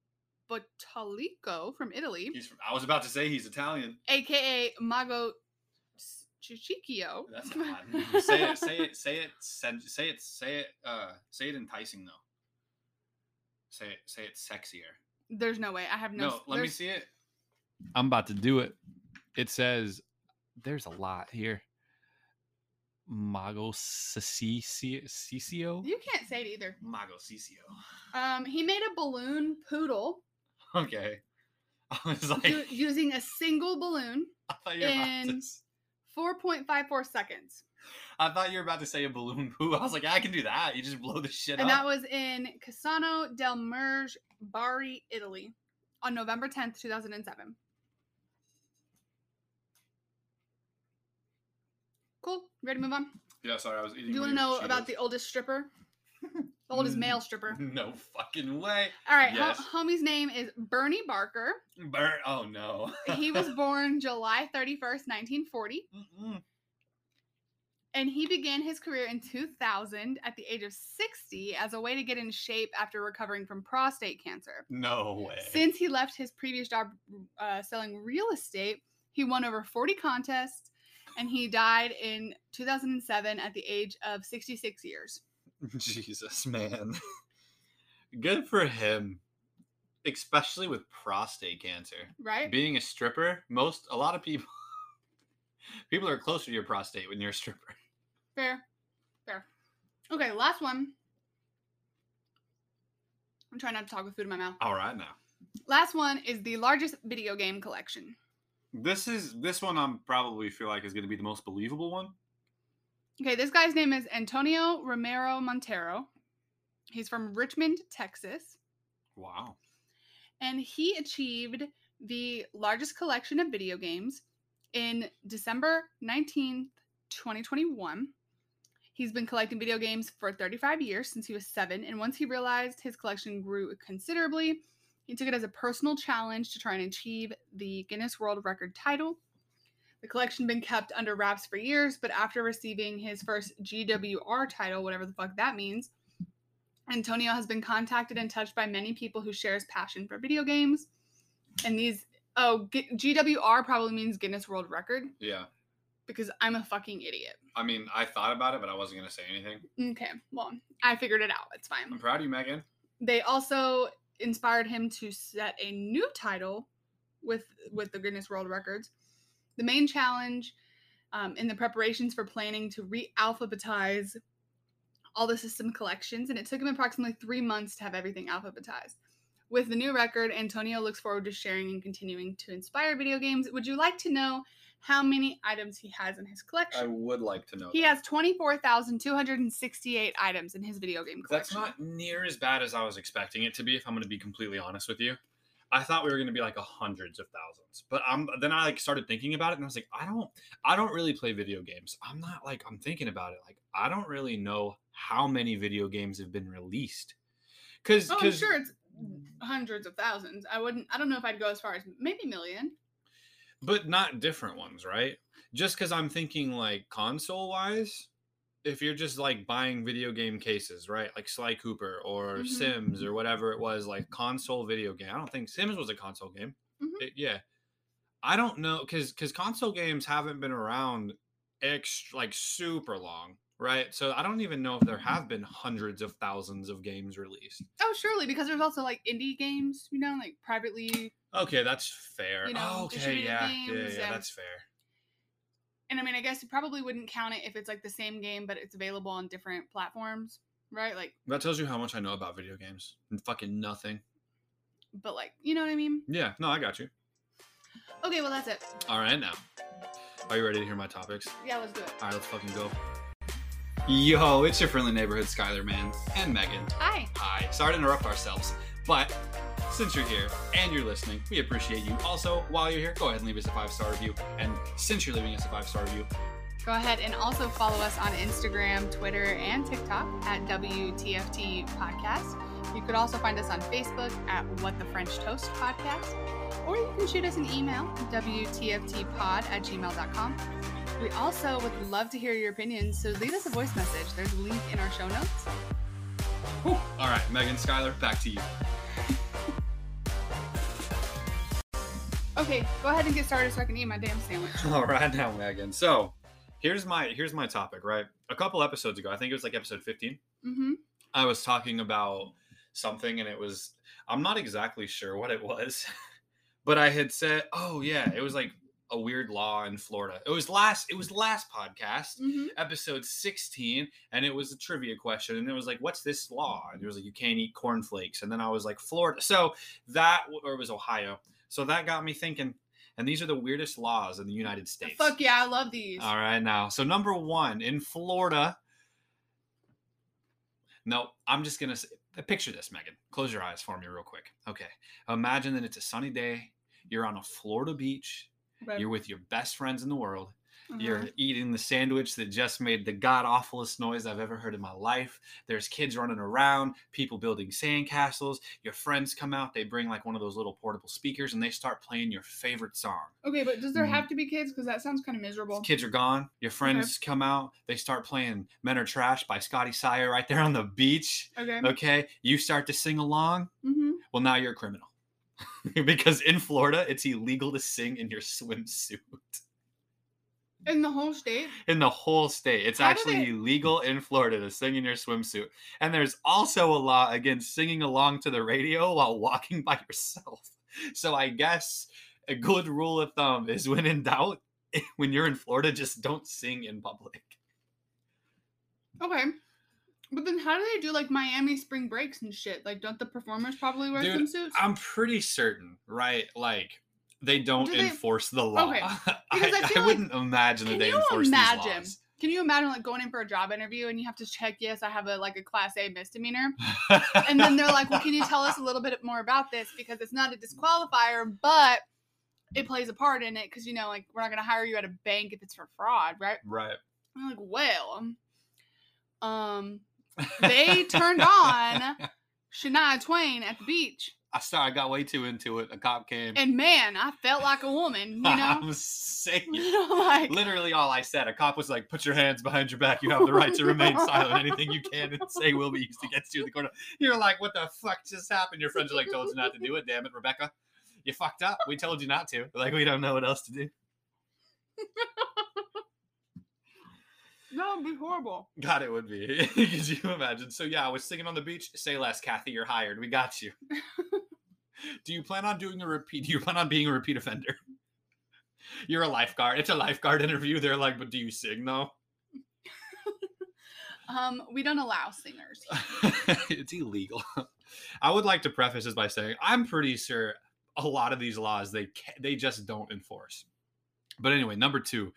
Speaker 2: Bottalico from Italy,
Speaker 1: He's from, I was about to say he's Italian.
Speaker 2: aka Mago S- Ciccio. (laughs)
Speaker 1: That's an odd. name. say it. Say it. Say it. sen- Say it. Say it. Uh, say it enticing though. Say it. Say it sexier.
Speaker 2: There's no way. I have no.
Speaker 1: No,
Speaker 2: s-
Speaker 1: let me
Speaker 2: there's-
Speaker 1: see it. I'm about to do it. It says there's a lot here. Mago Cicio.
Speaker 2: You can't say it either.
Speaker 1: Mago Cicio.
Speaker 2: Um, he made a balloon poodle
Speaker 1: (laughs) Okay. (laughs) I was like,
Speaker 2: u- using a single balloon,
Speaker 1: (laughs) I thought you were about to
Speaker 2: in-
Speaker 1: s-
Speaker 2: 4.54 seconds,
Speaker 1: I thought you were about to say a balloon poo. (laughs) I was like, I can do that. You just blow the shit
Speaker 2: and that
Speaker 1: up.
Speaker 2: was in Cassano del Merge, Bari, Italy, on November 10th, 2007. Cool. Ready to move on?
Speaker 1: yeah, sorry, I was eating.
Speaker 2: Do you
Speaker 1: one
Speaker 2: want
Speaker 1: of
Speaker 2: to know
Speaker 1: your
Speaker 2: about
Speaker 1: Cheetos.
Speaker 2: the oldest stripper? (laughs) The oldest male stripper.
Speaker 1: (laughs) No fucking way.
Speaker 2: All right, ho-
Speaker 1: Mm. Yes.
Speaker 2: homie's name is Bernie Barker.
Speaker 1: Burn. Oh no.
Speaker 2: He was born July 31st, 1940,
Speaker 1: Mm-mm.
Speaker 2: and he began his career in 2000 at the age of 60 as a way to get in shape after recovering from prostate cancer.
Speaker 1: (laughs) no way.
Speaker 2: Since he left his previous job uh, selling real estate, he won over 40 contests, and he died in 2007 at the age of 66 years.
Speaker 1: (laughs) Jesus, man. Good for him. Especially with prostate cancer.
Speaker 2: Right?
Speaker 1: Being a stripper, most a lot of people (laughs) people are closer to your prostate when you're a stripper. (laughs)
Speaker 2: Fair. Fair. Okay, last one. I'm trying not to talk with food in my mouth.
Speaker 1: All right now.
Speaker 2: Last one is the largest video game collection.
Speaker 1: This is this one I'm probably feel like is going to be the most believable one.
Speaker 2: Okay, this guy's name is Antonio Romero Montero. He's from Richmond, Texas,
Speaker 1: Wow.
Speaker 2: and he achieved the largest collection of video games in December 19th, 2021. He's been collecting video games for 35 years since he was seven, and once he realized his collection grew considerably, he took it as a personal challenge to try and achieve the Guinness World Record title. The collection been kept under wraps for years, but after receiving his first GWR title, whatever the fuck that means, Antonio has been contacted and touched by many people who share his passion for video games. And these oh G- GWR probably means Guinness World Record
Speaker 1: Yeah.
Speaker 2: because I'm a fucking idiot.
Speaker 1: I mean, I thought about it, but I wasn't going to say anything.
Speaker 2: Okay, well, I figured it out. It's
Speaker 1: I'm
Speaker 2: fine.
Speaker 1: proud of you, Megan.
Speaker 2: They also inspired him to set a new title with with the Guinness World Records. The main challenge um, in the preparations for planning to re-alphabetize all the system collections, and it took him approximately three months to have everything alphabetized. With the new record, Antonio looks forward to sharing and continuing to inspire video games. Would you like to know how many items he has in his
Speaker 1: I
Speaker 2: collection?
Speaker 1: would like to know.
Speaker 2: He
Speaker 1: that.
Speaker 2: has 24,268 items in his video game
Speaker 1: That's
Speaker 2: collection.
Speaker 1: not near as bad as I was expecting it to be. If I'm going to be completely honest with you, I thought we were going to be like a hundreds of thousands. But I'm then I like started thinking about it, and I was like, I don't, I don't really play video games. I'm not like I'm thinking about it. Like I don't really know how many video games have been released. Because
Speaker 2: Oh, I'm sure it's hundreds of thousands. I wouldn't, I don't know if I'd go as far as maybe million.
Speaker 1: but not different ones, right? Just because I'm thinking like console wise, if you're just like buying video game cases, right? Like Sly Cooper or
Speaker 2: Mhm.
Speaker 1: Sims or whatever it was, like console video game. I don't think Sims was a console game.
Speaker 2: Mhm.
Speaker 1: It- yeah, I don't know because because console games haven't been around extra like super long, right? So I don't even know if there
Speaker 2: Mm-hmm.
Speaker 1: have been hundreds of thousands of games released.
Speaker 2: Oh, surely, because there's also like indie games, you know, like privately.
Speaker 1: Okay, that's fair.
Speaker 2: You know,
Speaker 1: oh, okay,
Speaker 2: distributed
Speaker 1: yeah, yeah,
Speaker 2: games,
Speaker 1: yeah,
Speaker 2: yeah.
Speaker 1: that's fair.
Speaker 2: And I mean, I guess you probably wouldn't count it if it's like the same game, but it's available on different platforms, right? Like,
Speaker 1: That tells you how much I know about video games. N- Fucking nothing.
Speaker 2: but like, you know what I mean?
Speaker 1: Yeah, no, I got you.
Speaker 2: Okay, well, that's it.
Speaker 1: All right, now. Are you ready to hear my topics?
Speaker 2: Yeah, let's do it.
Speaker 1: All right, let's fucking go. Yo, it's your friendly neighborhood Skyler man and Megan.
Speaker 2: Hi.
Speaker 1: Hi. Sorry to interrupt ourselves, but since you're here and you're listening, we appreciate you. Also, while you're here, go ahead and leave us a five star review. And since you're leaving us a five star review,
Speaker 2: Go ahead and also follow us on Instagram, Twitter, and TikTok at WTFT Podcast. You could also find us on Facebook at What the French Toast Podcast, or you can shoot us an email, WTFTpod at gmail.com. We also would love to hear your opinions, so leave us a voice message. There's a link in our show notes.
Speaker 1: whew. all right, Megan Skyler, back to you.
Speaker 2: Okay, go ahead and get started so I can eat my damn sandwich.
Speaker 1: (laughs) All right now, Megan. So here's my here's my topic. Right, a couple episodes ago, I think it was like episode 15.
Speaker 2: Mm-hmm.
Speaker 1: I was talking about something and it was I'm not exactly sure what it was, (laughs) but I had said, "Oh yeah, it was like a weird law in Florida." It was last it was last podcast,
Speaker 2: Mm-hmm.
Speaker 1: episode 16, and it was a trivia question and it was like, "What's this law?" And it was like, "You can't eat cornflakes." And then I was like, "Florida." So that or it was Ohio. So that got me thinking, and these are the weirdest laws in the United States.
Speaker 2: Fuck yeah, I love these.
Speaker 1: All right, now. So number one in Florida. No, I'm just gonna say, picture this, Megan. Close your eyes for me, real quick. Okay, imagine that it's a sunny day. You're on a Florida beach.
Speaker 2: But-
Speaker 1: You're with your best friends in the world.
Speaker 2: Uh-huh.
Speaker 1: You're eating the sandwich that just made the god awfulest noise I've ever heard in my life. There's kids running around, people building sandcastles. Your friends come out. They bring like one of those little portable speakers and they start playing your favorite song.
Speaker 2: uh-huh. Okay, but does there
Speaker 1: Mhm.
Speaker 2: have to be kids? Because that sounds kind of miserable.
Speaker 1: Kids are gone. Your friends come out. They start playing "Men Are Trash" by Scotty Sire right there on the beach.
Speaker 2: Okay.
Speaker 1: Okay, you start to sing along.
Speaker 2: Mm-hmm.
Speaker 1: Well, now you're a criminal (laughs) because in Florida it's illegal to sing in your swimsuit
Speaker 2: In the whole state?
Speaker 1: in the whole state. It's
Speaker 2: How do
Speaker 1: actually
Speaker 2: they-
Speaker 1: illegal in Florida to sing in your swimsuit, and there's also a law against singing along to the radio while walking by yourself. (laughs) So I guess a good rule of thumb is when in doubt, (laughs) when you're in Florida, just don't sing in public.
Speaker 2: Okay. But then how do they do like Miami spring breaks and shit? Like, don't the performers probably wear
Speaker 1: Dude,
Speaker 2: swimsuits?
Speaker 1: I'm pretty certain, right? Like they don't
Speaker 2: Do they-
Speaker 1: enforce the law.
Speaker 2: Okay. Because I
Speaker 1: (laughs) I,
Speaker 2: feel
Speaker 1: I
Speaker 2: like-
Speaker 1: wouldn't imagine that
Speaker 2: Can
Speaker 1: they
Speaker 2: you
Speaker 1: enforce these
Speaker 2: imagine?
Speaker 1: laws.
Speaker 2: Can you imagine like going in for a job interview and you have to check, yes, I have a like a class A misdemeanor? And then they're like, well, can you tell us a little bit more about this? Because it's not a disqualifier, but it plays a part in it because, you know, like we're not going to hire you at a bank if it's for fraud, right?
Speaker 1: (laughs) right?
Speaker 2: I'm like, well, um, they turned on
Speaker 1: (laughs)
Speaker 2: Shania Twain at the beach.
Speaker 1: I sorry, I got way too into it. A cop came.
Speaker 2: And man, I felt like a woman,
Speaker 1: (laughs)
Speaker 2: you know? (laughs)
Speaker 1: I'm saying. (laughs)
Speaker 2: like,
Speaker 1: Literally all I said. A cop was like, "Put your hands behind your back. You have the right to remain silent. Anything you can and say will be used against you in the court." of-" You're like, "What the fuck just happened?" Your friends are like, "Told you not to do it. Damn it, Rebecca, you fucked up. We told you not to. Like, we don't know what else to do."
Speaker 2: that would be horrible.
Speaker 1: God, it would be. (laughs) Could you imagine? So yeah, I was singing on the beach. Say less, Kathy. You're hired. We got you. do you plan on doing a repeat? Do you plan on being a repeat offender? (laughs) You're a lifeguard. It's a lifeguard interview. They're like, but do you sing though?
Speaker 2: Um, we don't allow singers.
Speaker 1: (laughs) it's illegal. (laughs) I would like to preface this by saying I'm pretty sure a lot of these laws they ca- they just don't enforce. But anyway, number two,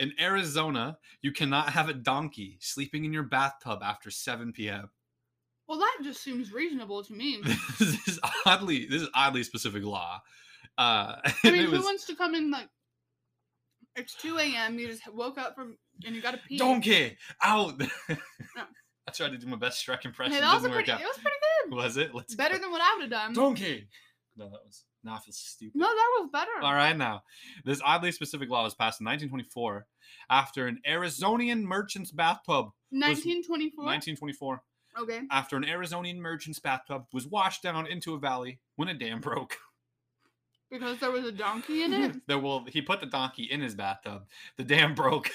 Speaker 1: in Arizona, you cannot have a donkey sleeping in your bathtub after 7 p.m.
Speaker 2: Well, that just seems reasonable
Speaker 1: (laughs)
Speaker 2: to me.
Speaker 1: this is oddly this is oddly specific law. Uh, (laughs)
Speaker 2: I
Speaker 1: and
Speaker 2: mean,
Speaker 1: it
Speaker 2: who
Speaker 1: was,
Speaker 2: wants to come in like? It's two a.m. You just woke up from and you got to pee.
Speaker 1: donkey (laughs) out. I tried to do my best Shrek
Speaker 2: Hey,
Speaker 1: impression.
Speaker 2: that was a
Speaker 1: didn't work
Speaker 2: pretty. It
Speaker 1: out.
Speaker 2: was pretty
Speaker 1: Was it? Let's
Speaker 2: good. Better
Speaker 1: go.
Speaker 2: than what I would have done.
Speaker 1: donkey. No, that was now I feel stupid.
Speaker 2: No, that was better.
Speaker 1: All right, now this oddly specific law was passed in 1924 after an Arizonian merchant's bathtub.
Speaker 2: 1924.
Speaker 1: 1924
Speaker 2: Okay.
Speaker 1: after an Arizonian merchant's bathtub was washed down into a valley when a dam broke.
Speaker 2: Because there was a donkey
Speaker 1: (laughs)
Speaker 2: in it.
Speaker 1: There Mm-hmm. will he put the donkey in his bathtub. The dam (laughs) broke.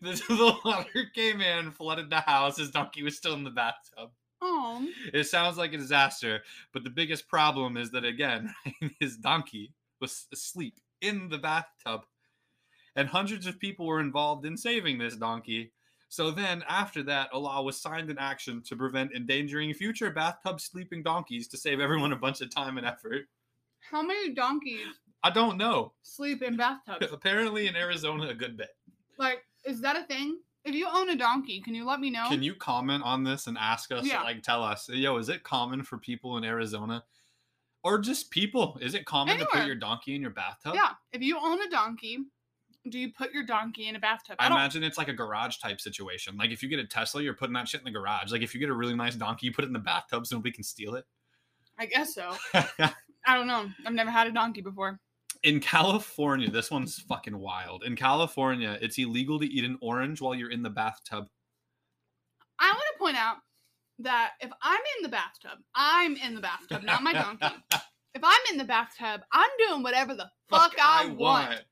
Speaker 1: the, the water came in, flooded the house. His donkey was still in the bathtub.
Speaker 2: Oh.
Speaker 1: It sounds like a disaster, but the biggest problem is that again, (laughs) his donkey was asleep in the bathtub, and hundreds of people were involved in saving this donkey. So then, after that, a law was signed in action to prevent endangering future bathtub sleeping donkeys to save everyone a bunch of time and effort.
Speaker 2: How many donkeys
Speaker 1: I don't know.
Speaker 2: sleep
Speaker 1: (laughs)
Speaker 2: in bathtubs?
Speaker 1: Apparently, in Arizona, a good bit.
Speaker 2: Like, is that a thing? If you own a donkey, can you let me know?
Speaker 1: Can you comment on this and ask us,
Speaker 2: Oh. Yeah.
Speaker 1: like, tell us, yo, is it common for people in Arizona or just people? Is it common to put
Speaker 2: Anywhere.
Speaker 1: your donkey in your bathtub?
Speaker 2: Yeah. If you own a donkey, do you put your donkey in a bathtub?
Speaker 1: I,
Speaker 2: I don't.
Speaker 1: imagine it's like a garage type situation. Like, if you get a Tesla, you're putting that shit in the garage. Like, if you get a really nice donkey, you put it in the bathtub so nobody can steal it.
Speaker 2: I guess (laughs) so. I don't know. I've never had a donkey before.
Speaker 1: in California, this one's fucking wild. In California, it's illegal to eat an orange while you're in the bathtub.
Speaker 2: I want to point out that if I'm in the bathtub, I'm in the bathtub, not my donkey. (laughs) if I'm in the bathtub, I'm doing whatever the fuck, I, want.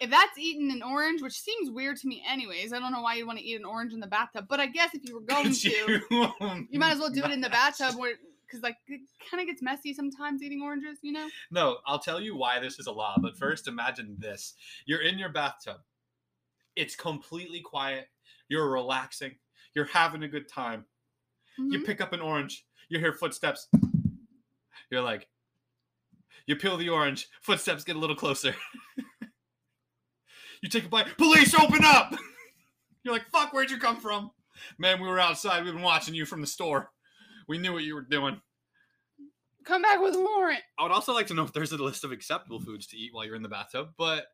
Speaker 2: If that's eating an orange, which seems weird to me, anyways, I don't know why you'd want to eat an orange in the bathtub. But I guess if you
Speaker 1: (laughs)
Speaker 2: were (laughs) going to, you, might as well do it in the bathtub, where because like it kind of gets messy sometimes eating oranges, you know?
Speaker 1: No, I'll tell you why this is a law, but first imagine this. You're in your bathtub. It's completely quiet. You're relaxing. You're having a good time. You
Speaker 2: Mhm.
Speaker 1: pick up an orange. You hear footsteps. You're like, you peel the orange. Footsteps get a little closer. (laughs) you take a bite. Police, open up! (laughs) You're like, fuck, where'd you come from? Man, we were outside. We've been watching you from the store. We knew what you were doing.
Speaker 2: Come back with a warrant.
Speaker 1: I would also like to know if there's a list of acceptable foods to eat while you're in the bathtub, but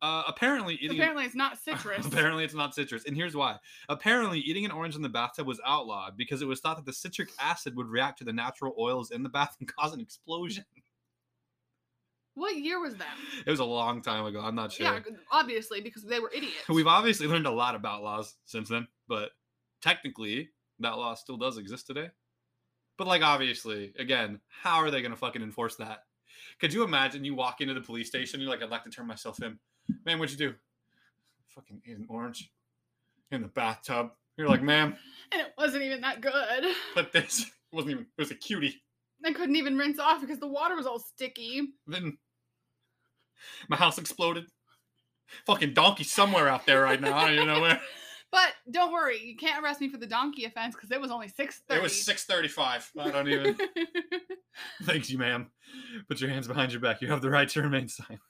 Speaker 1: uh, apparently eating
Speaker 2: Apparently,
Speaker 1: (laughs)
Speaker 2: it's not citrus.
Speaker 1: apparently it's not citrus. And here's why. Apparently eating an orange in the bathtub was outlawed because it was thought that the citric acid would react to the natural oils in the bath and (laughs) cause an explosion.
Speaker 2: What year was that?
Speaker 1: It was a long time ago. I'm not sure.
Speaker 2: Yeah, obviously because they were idiots.
Speaker 1: We've obviously learned a lot about laws since then, but technically that law still does exist today. But like obviously, again, how are they gonna fucking enforce that? Could you imagine you walk into the police station, you're like, I'd like to turn myself in. Man, what'd you do? Fucking ate an orange in the bathtub. You're like, ma'am,
Speaker 2: and it wasn't even that good.
Speaker 1: but this (laughs) it wasn't even it was a cutie.
Speaker 2: I couldn't even rinse off because the water was all sticky.
Speaker 1: Then my house exploded. Fucking donkey somewhere out there right now. I don't even know where.
Speaker 2: But don't worry, you can't arrest me for the donkey offense because it was only six thirty.
Speaker 1: It
Speaker 2: Uh,
Speaker 1: was six thirty-five. I don't even
Speaker 2: (laughs)
Speaker 1: (laughs) Thank you, ma'am. Put your hands behind your back. You have the right to remain silent.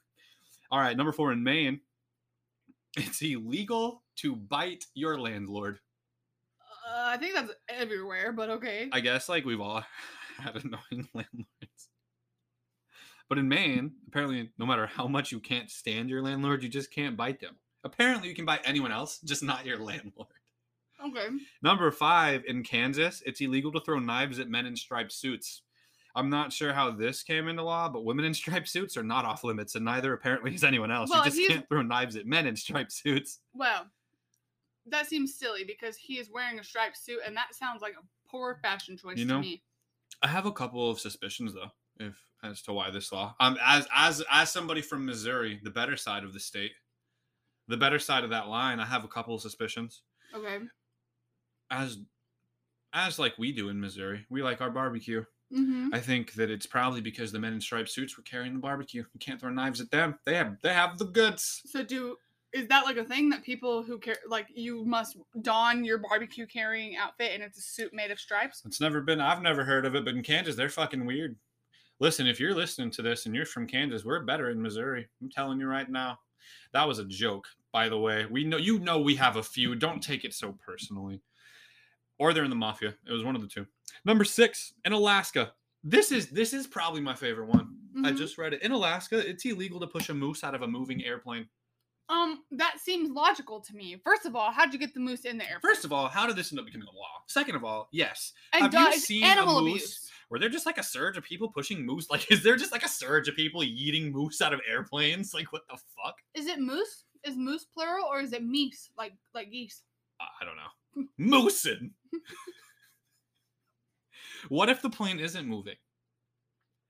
Speaker 1: All right, number four in Maine. It's illegal to bite your landlord.
Speaker 2: Uh, I think that's everywhere, but okay.
Speaker 1: I guess like we've all (laughs) had annoying (laughs) landlords. But in Maine, apparently, no matter how much you can't stand your landlord, you just can't bite them. Apparently, you can bite anyone else, just not your landlord.
Speaker 2: okay.
Speaker 1: Number five in Kansas, it's illegal to throw knives at men in striped suits. I'm not sure how this came into law, but women in (laughs) striped suits are not off limits, and neither apparently is anyone else.
Speaker 2: Well,
Speaker 1: you just
Speaker 2: he's-
Speaker 1: can't throw knives at men in striped suits.
Speaker 2: Well, that seems silly because he is wearing a striped suit, and that sounds like a poor fashion choice
Speaker 1: You know?
Speaker 2: to me.
Speaker 1: I have a couple of suspicions though, if as to why this law. Um, as as as somebody from Missouri, the better side of the state, the better side of that line, I have a couple of suspicions.
Speaker 2: Okay.
Speaker 1: As as like we do in Missouri, we like our barbecue.
Speaker 2: Mm-hmm.
Speaker 1: I think that it's probably because the men in striped suits were carrying the barbecue. You can't throw knives at them. They have they have the goods.
Speaker 2: So do is that like a thing that people who care like you must don your barbecue carrying outfit and it's a suit made of stripes?
Speaker 1: It's never been. I've never heard of it, but in Kansas, they're fucking weird. Listen, if you're listening to this and you're from Kansas, we're better in Missouri. I'm telling you right now. That was a joke, by the way. We know you know we have a few. Don't take it so personally. Or they're in the mafia. It was one of the two. Number six in Alaska. This is this is probably my favorite one. I
Speaker 2: Mhm.
Speaker 1: just read it in Alaska. It's illegal to push a moose out of a moving airplane.
Speaker 2: um that seems logical to me. First of all, how'd you get the moose in the airport?
Speaker 1: First of all, how did this end up becoming a law? Second of all, yes,
Speaker 2: and
Speaker 1: have you
Speaker 2: does
Speaker 1: seen a
Speaker 2: animal
Speaker 1: moose?
Speaker 2: abuse?
Speaker 1: were there just like a surge of people pushing moose? (laughs) Like, is there just like a surge of people yeeting moose out of airplanes? Like, what the fuck?
Speaker 2: Is it moose? Is moose plural or is it meese like like geese?
Speaker 1: I I don't know. (laughs) Moosin. (laughs) what if the plane isn't moving?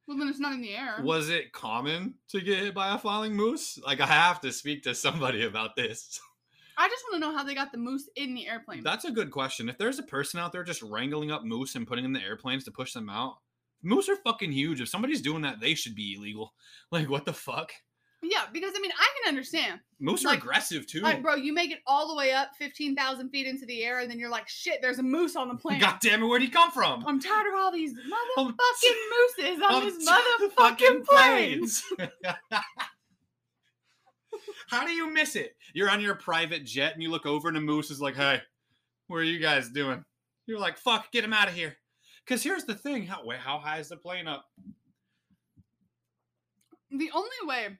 Speaker 2: Well, then it's not in the air.
Speaker 1: Was it common to get hit by a falling moose? Like, I have to speak to somebody about this.
Speaker 2: I just want to know how they got the moose in the
Speaker 1: (laughs)
Speaker 2: airplane.
Speaker 1: That's a good question. If there's a person out there just wrangling up moose and putting them in the airplanes to push them out, moose are fucking huge. If somebody's doing that, they should be illegal. Like, what the fuck?
Speaker 2: yeah, because I mean, I can understand.
Speaker 1: Moose are
Speaker 2: Like-
Speaker 1: aggressive too.
Speaker 2: Like, bro, you make it all the way up 15,000 feet into the air, and then you're like, shit, there's a moose on the plane.
Speaker 1: God damn it, where'd he come from?
Speaker 2: I'm tired of all these motherfucking
Speaker 1: I'm
Speaker 2: mooses on
Speaker 1: I'm
Speaker 2: this
Speaker 1: t-
Speaker 2: motherfucking plane. (laughs)
Speaker 1: (laughs) How do you miss it? You're on your private jet and you look over and a moose is like, hey, what are you guys doing? You're like, fuck, get him out of here. Because here's the thing how, wait, how high is the plane up?
Speaker 2: The only way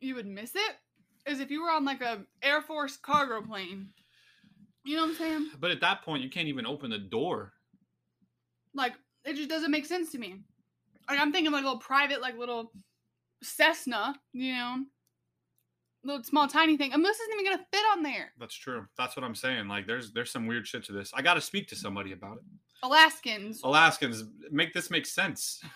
Speaker 2: you would miss it is if you were on like a Air Force cargo plane. You know what I'm saying?
Speaker 1: But at that point, you can't even open the door.
Speaker 2: Like, it just doesn't make sense to me. Like, I'm thinking like a little private, like little Cessna, you know, little small tiny thing. A moose isn't even gonna fit on there.
Speaker 1: That's true. That's what I'm saying. Like, there's there's some weird shit to this. I got to speak to somebody about it.
Speaker 2: Alaskans.
Speaker 1: Alaskans, make this make sense. (laughs)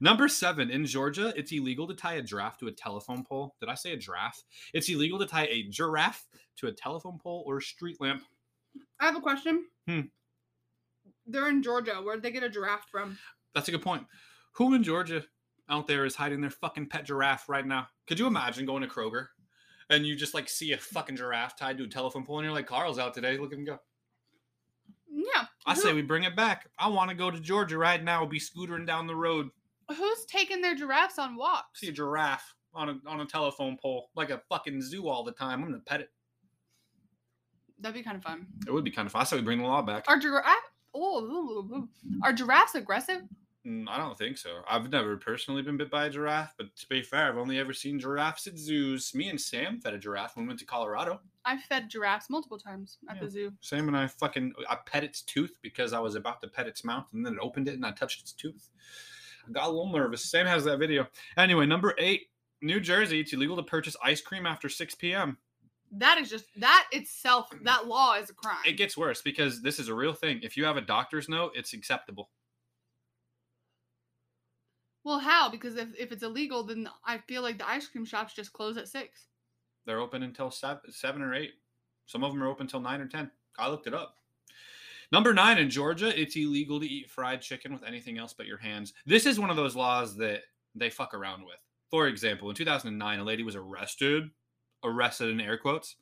Speaker 1: Number seven, in Georgia, it's illegal to tie a giraffe to a telephone pole. Did I say a giraffe? It's illegal to tie a giraffe to a telephone pole or a street lamp.
Speaker 2: I have a question.
Speaker 1: Hmm.
Speaker 2: They're in Georgia. Where'd they get a giraffe from?
Speaker 1: That's a good point. Who in Georgia out there is hiding their fucking pet giraffe right now? Could you imagine going to Kroger and you just like see a fucking giraffe tied to a telephone pole and you're like, Carl's out today. Look at him go.
Speaker 2: Yeah.
Speaker 1: I
Speaker 2: who-
Speaker 1: say we bring it back. I want to go to Georgia right now. We'll be scootering down the road.
Speaker 2: Who's taking their giraffes on walks?
Speaker 1: see a giraffe on a on a telephone pole like a fucking zoo all the time. I'm gonna pet it.
Speaker 2: That'd be kind of fun.
Speaker 1: It would be kind of fun. I said we bring the law back.
Speaker 2: Are giraffe? Oh, ooh, ooh, ooh. are giraffes aggressive?
Speaker 1: Mm, I don't think so. I've never personally been bit by a giraffe, but to be fair, I've only ever seen giraffes at zoos. Me and Sam fed a giraffe when we went to Colorado.
Speaker 2: I've fed giraffes multiple times at
Speaker 1: Yeah.
Speaker 2: the zoo.
Speaker 1: Sam and I fucking I pet its tooth because I was about to pet its mouth and then it opened it and I touched its tooth. I got a little nervous. Sam has that video. Anyway, number eight, New Jersey, it's illegal to purchase ice cream after 6 p.m.
Speaker 2: That is just that itself. That law is a crime.
Speaker 1: It gets worse because this is a real thing. If you have a doctor's note, it's acceptable.
Speaker 2: well, how? Because if, if it's illegal, then I feel like the ice cream shops just close at six.
Speaker 1: They're open until seven, seven or eight. Some of them are open till nine or ten. I looked it up. Number nine in Georgia, it's illegal to eat fried chicken with anything else but your hands. This is one of those laws that they fuck around with. For example, in 2009, a lady was arrested, arrested in air quotes,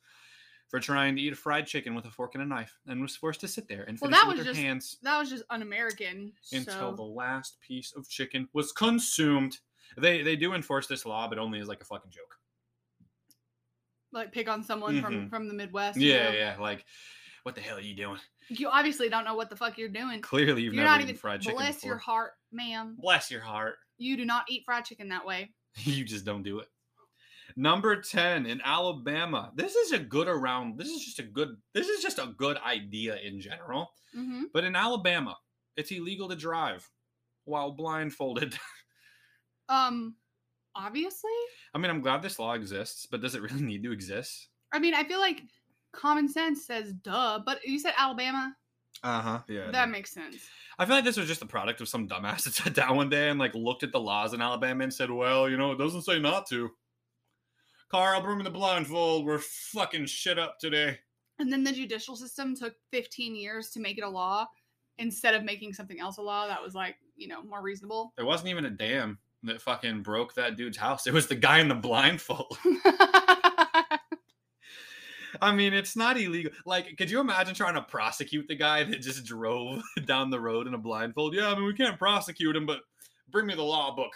Speaker 1: for trying to eat a fried chicken with a fork and a knife, and was forced to sit there and
Speaker 2: Well,
Speaker 1: finish
Speaker 2: that
Speaker 1: it with
Speaker 2: was
Speaker 1: her
Speaker 2: just-
Speaker 1: hands
Speaker 2: That was just un-American.
Speaker 1: until the
Speaker 2: so
Speaker 1: last piece of chicken was consumed. They they do enforce this law, but only as like a fucking joke.
Speaker 2: like pick on someone from
Speaker 1: Mhm.
Speaker 2: from the Midwest. you
Speaker 1: Yeah,
Speaker 2: know?
Speaker 1: yeah. Like, what the hell are you doing?
Speaker 2: You obviously don't know what the fuck you're doing.
Speaker 1: Clearly, you've
Speaker 2: you're
Speaker 1: never
Speaker 2: not
Speaker 1: eaten
Speaker 2: even
Speaker 1: fried chicken
Speaker 2: bless
Speaker 1: before.
Speaker 2: your heart, ma'am.
Speaker 1: bless your heart. (laughs)
Speaker 2: You do not eat fried chicken that way.
Speaker 1: You just don't do it. Number ten in Alabama. This is a good around. This is just a good. This is just a good idea in general.
Speaker 2: Mm-hmm.
Speaker 1: But in Alabama, it's illegal to drive while blindfolded. (laughs)
Speaker 2: Um, obviously.
Speaker 1: I mean, I'm glad this law exists, but does it really need to exist?
Speaker 2: I mean, I feel like common sense says duh, but you said Alabama.
Speaker 1: Uh huh. Yeah.
Speaker 2: That makes sense.
Speaker 1: I feel like this was just the product of some dumbass that sat down one day and like looked at the laws in Alabama and said, "Well, you know, it doesn't say not to." Carl, bring me the blindfold. We're fucking shit up today.
Speaker 2: And then the judicial system took 15 years to make it a law instead of making something else a law that was like, you know, more reasonable. (laughs)
Speaker 1: It wasn't even a dam that fucking broke that dude's house. It was the guy in the blindfold. (laughs) I mean, it's not illegal. Like, could you imagine trying to prosecute the guy that just drove (laughs) down the road in a blindfold? Yeah, I mean, we can't prosecute him, but bring me the law book.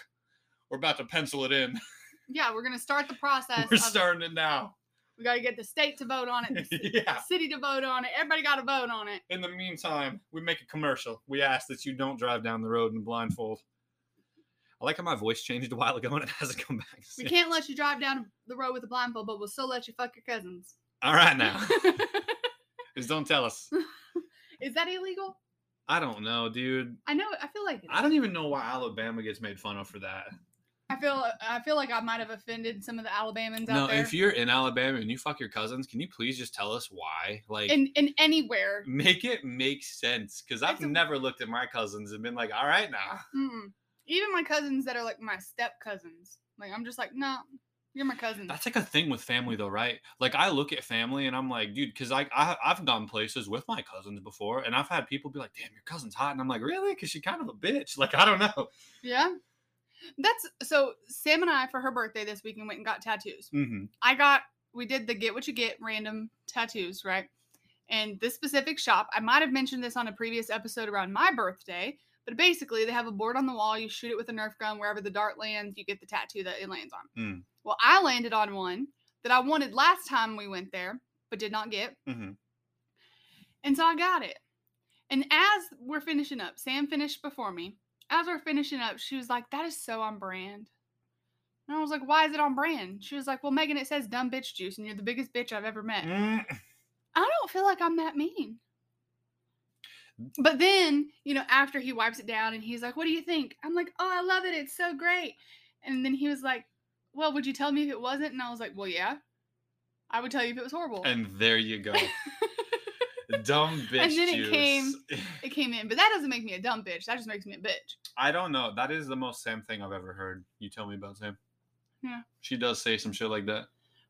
Speaker 1: We're about to pencil it in. (laughs)
Speaker 2: Yeah, we're gonna start the process.
Speaker 1: We're
Speaker 2: of-
Speaker 1: starting it now. (laughs)
Speaker 2: we gotta get the state to vote on it, the
Speaker 1: yeah.
Speaker 2: city to vote on it. Everybody got to vote on it.
Speaker 1: In the meantime, we make a commercial. We ask that you don't drive down the road in a blindfold. I like how my voice changed a while ago and it hasn't come back. (laughs)
Speaker 2: We
Speaker 1: since.
Speaker 2: can't let you drive down the road with a blindfold, but we'll still let you fuck your cousins.
Speaker 1: All right,
Speaker 2: (laughs)
Speaker 1: now. Just don't tell us.
Speaker 2: Is that illegal?
Speaker 1: I don't know, dude.
Speaker 2: I know. I feel like it
Speaker 1: I
Speaker 2: is.
Speaker 1: don't even know why Alabama gets made fun of for that.
Speaker 2: I feel. I feel like I might have offended some of the Alabamans
Speaker 1: No,
Speaker 2: out there.
Speaker 1: if you're in Alabama and you fuck your cousins, can you please just tell us why? Like,
Speaker 2: in in anywhere.
Speaker 1: make it make sense. Because I've
Speaker 2: It's a-
Speaker 1: never looked at my cousins and been like, all right, nah.
Speaker 2: Mm-mm. Even my cousins that are like my step cousins. Like I'm just like, no, you're my cousin.
Speaker 1: That's like a thing with family, though, right? Like, I look at family and I'm like, dude, because I, I I've gone places with my cousins before, and I've had people be like, damn, your cousin's hot, and I'm like, really? Because she's kind of a bitch. Like, I don't know.
Speaker 2: yeah. That's so Sam and I for her birthday this weekend went and got tattoos.
Speaker 1: Mm-hmm.
Speaker 2: I got we did the get what you get random tattoos, right? And this specific shop, I might have mentioned this on a previous episode around my birthday, but basically they have a board on the wall, you shoot it with a Nerf gun, wherever the dart lands, you get the tattoo that it lands on.
Speaker 1: Mm.
Speaker 2: Well, I landed on one that I wanted last time we went there, but did not get. (laughs)
Speaker 1: Mm-hmm.
Speaker 2: And so I got it. And as we're finishing up, Sam finished before me. As we're finishing up, she was like, That is so on brand. And I was like, Why is it on brand? She was like, Well, Megan, it says dumb bitch juice, and you're the biggest bitch I've ever
Speaker 1: Mm.
Speaker 2: met. I don't feel like I'm that mean. But then, you know, after he wipes it down and he's like, What do you think? I'm like, Oh, I love it. It's so great. And then he was like, Well, would you tell me if it wasn't? And I was like, Well, yeah. I would tell you if it was horrible.
Speaker 1: And there you
Speaker 2: (laughs)
Speaker 1: go. Dumb bitch.
Speaker 2: And then it came-
Speaker 1: juice.
Speaker 2: it came in. But that doesn't make me a dumb bitch. That just makes me a bitch.
Speaker 1: (laughs) I don't know. That is the most Sam thing I've ever heard. You tell me about Sam.
Speaker 2: Yeah.
Speaker 1: She does say some shit like that.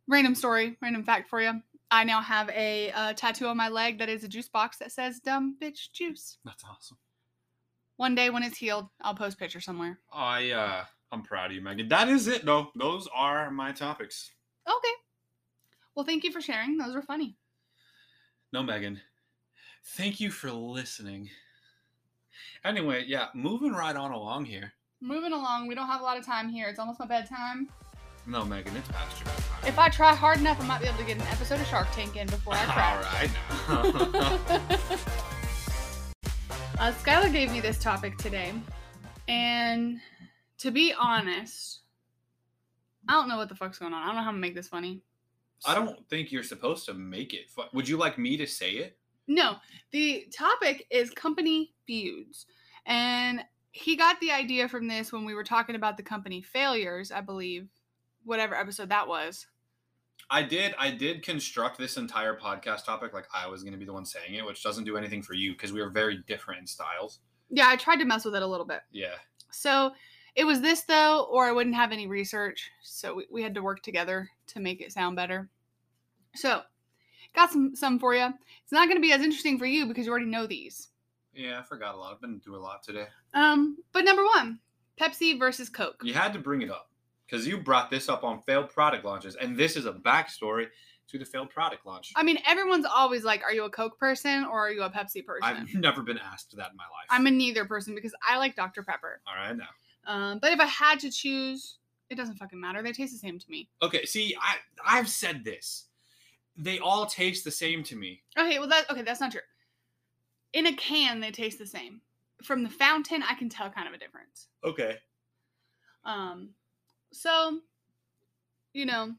Speaker 2: Random story, random fact for you. I now have a uh, tattoo on my leg that is a juice box that says "dumb bitch juice."
Speaker 1: That's awesome.
Speaker 2: One day when it's healed, I'll post picture somewhere.
Speaker 1: I uh I'm proud of you, Megan. That is it though. Those are my topics.
Speaker 2: Okay. Well, thank you for sharing. Those were funny.
Speaker 1: No, Megan. Thank you for listening. Anyway, yeah, moving right on along here.
Speaker 2: Moving along, we don't have a lot of time here. It's almost my bedtime.
Speaker 1: No, Megan, it's past your bedtime.
Speaker 2: If I try hard enough, I might be able to get an episode of Shark Tank
Speaker 1: (laughs)
Speaker 2: in before I crash.
Speaker 1: All right. (laughs) now.
Speaker 2: (laughs) uh, Skylar gave me this topic today, and to be honest, I don't know what the fuck's going on. I don't know how to make this funny.
Speaker 1: I don't think you're supposed to make it. fu- Would you like me to say it?
Speaker 2: No, the topic is company feuds, and he got the idea from this when we were talking about the company failures, I believe, whatever episode that was.
Speaker 1: I did. I did construct this entire podcast topic like I was going to be the one saying it, which doesn't do anything for you because we are very different in styles.
Speaker 2: Yeah, I tried to mess with it a little bit.
Speaker 1: Yeah,
Speaker 2: So it was this though, or I wouldn't have any research. So we, we had to work together to make it sound better. So got some some for you. It's not going to be as interesting for you because you already know these.
Speaker 1: yeah. I forgot a lot. I've been doing a lot today.
Speaker 2: Um, but number one, Pepsi versus Coke.
Speaker 1: You had to bring it up because you brought this up on failed product launches, and this is a backstory to the failed product launch.
Speaker 2: I mean, everyone's always like, "Are you a Coke person or are you a Pepsi person?"
Speaker 1: I've never been asked that in my life.
Speaker 2: I'm a neither person because I like Dr Pepper.
Speaker 1: All right now.
Speaker 2: Um, but if I had to choose, it doesn't fucking matter. They taste the same to me.
Speaker 1: Okay. See, I I've said this. They all taste the same to me.
Speaker 2: Okay, well that okay, that's not true. In a can, they taste the same. From the fountain, I can tell kind of a difference.
Speaker 1: Okay.
Speaker 2: Um, so, you know,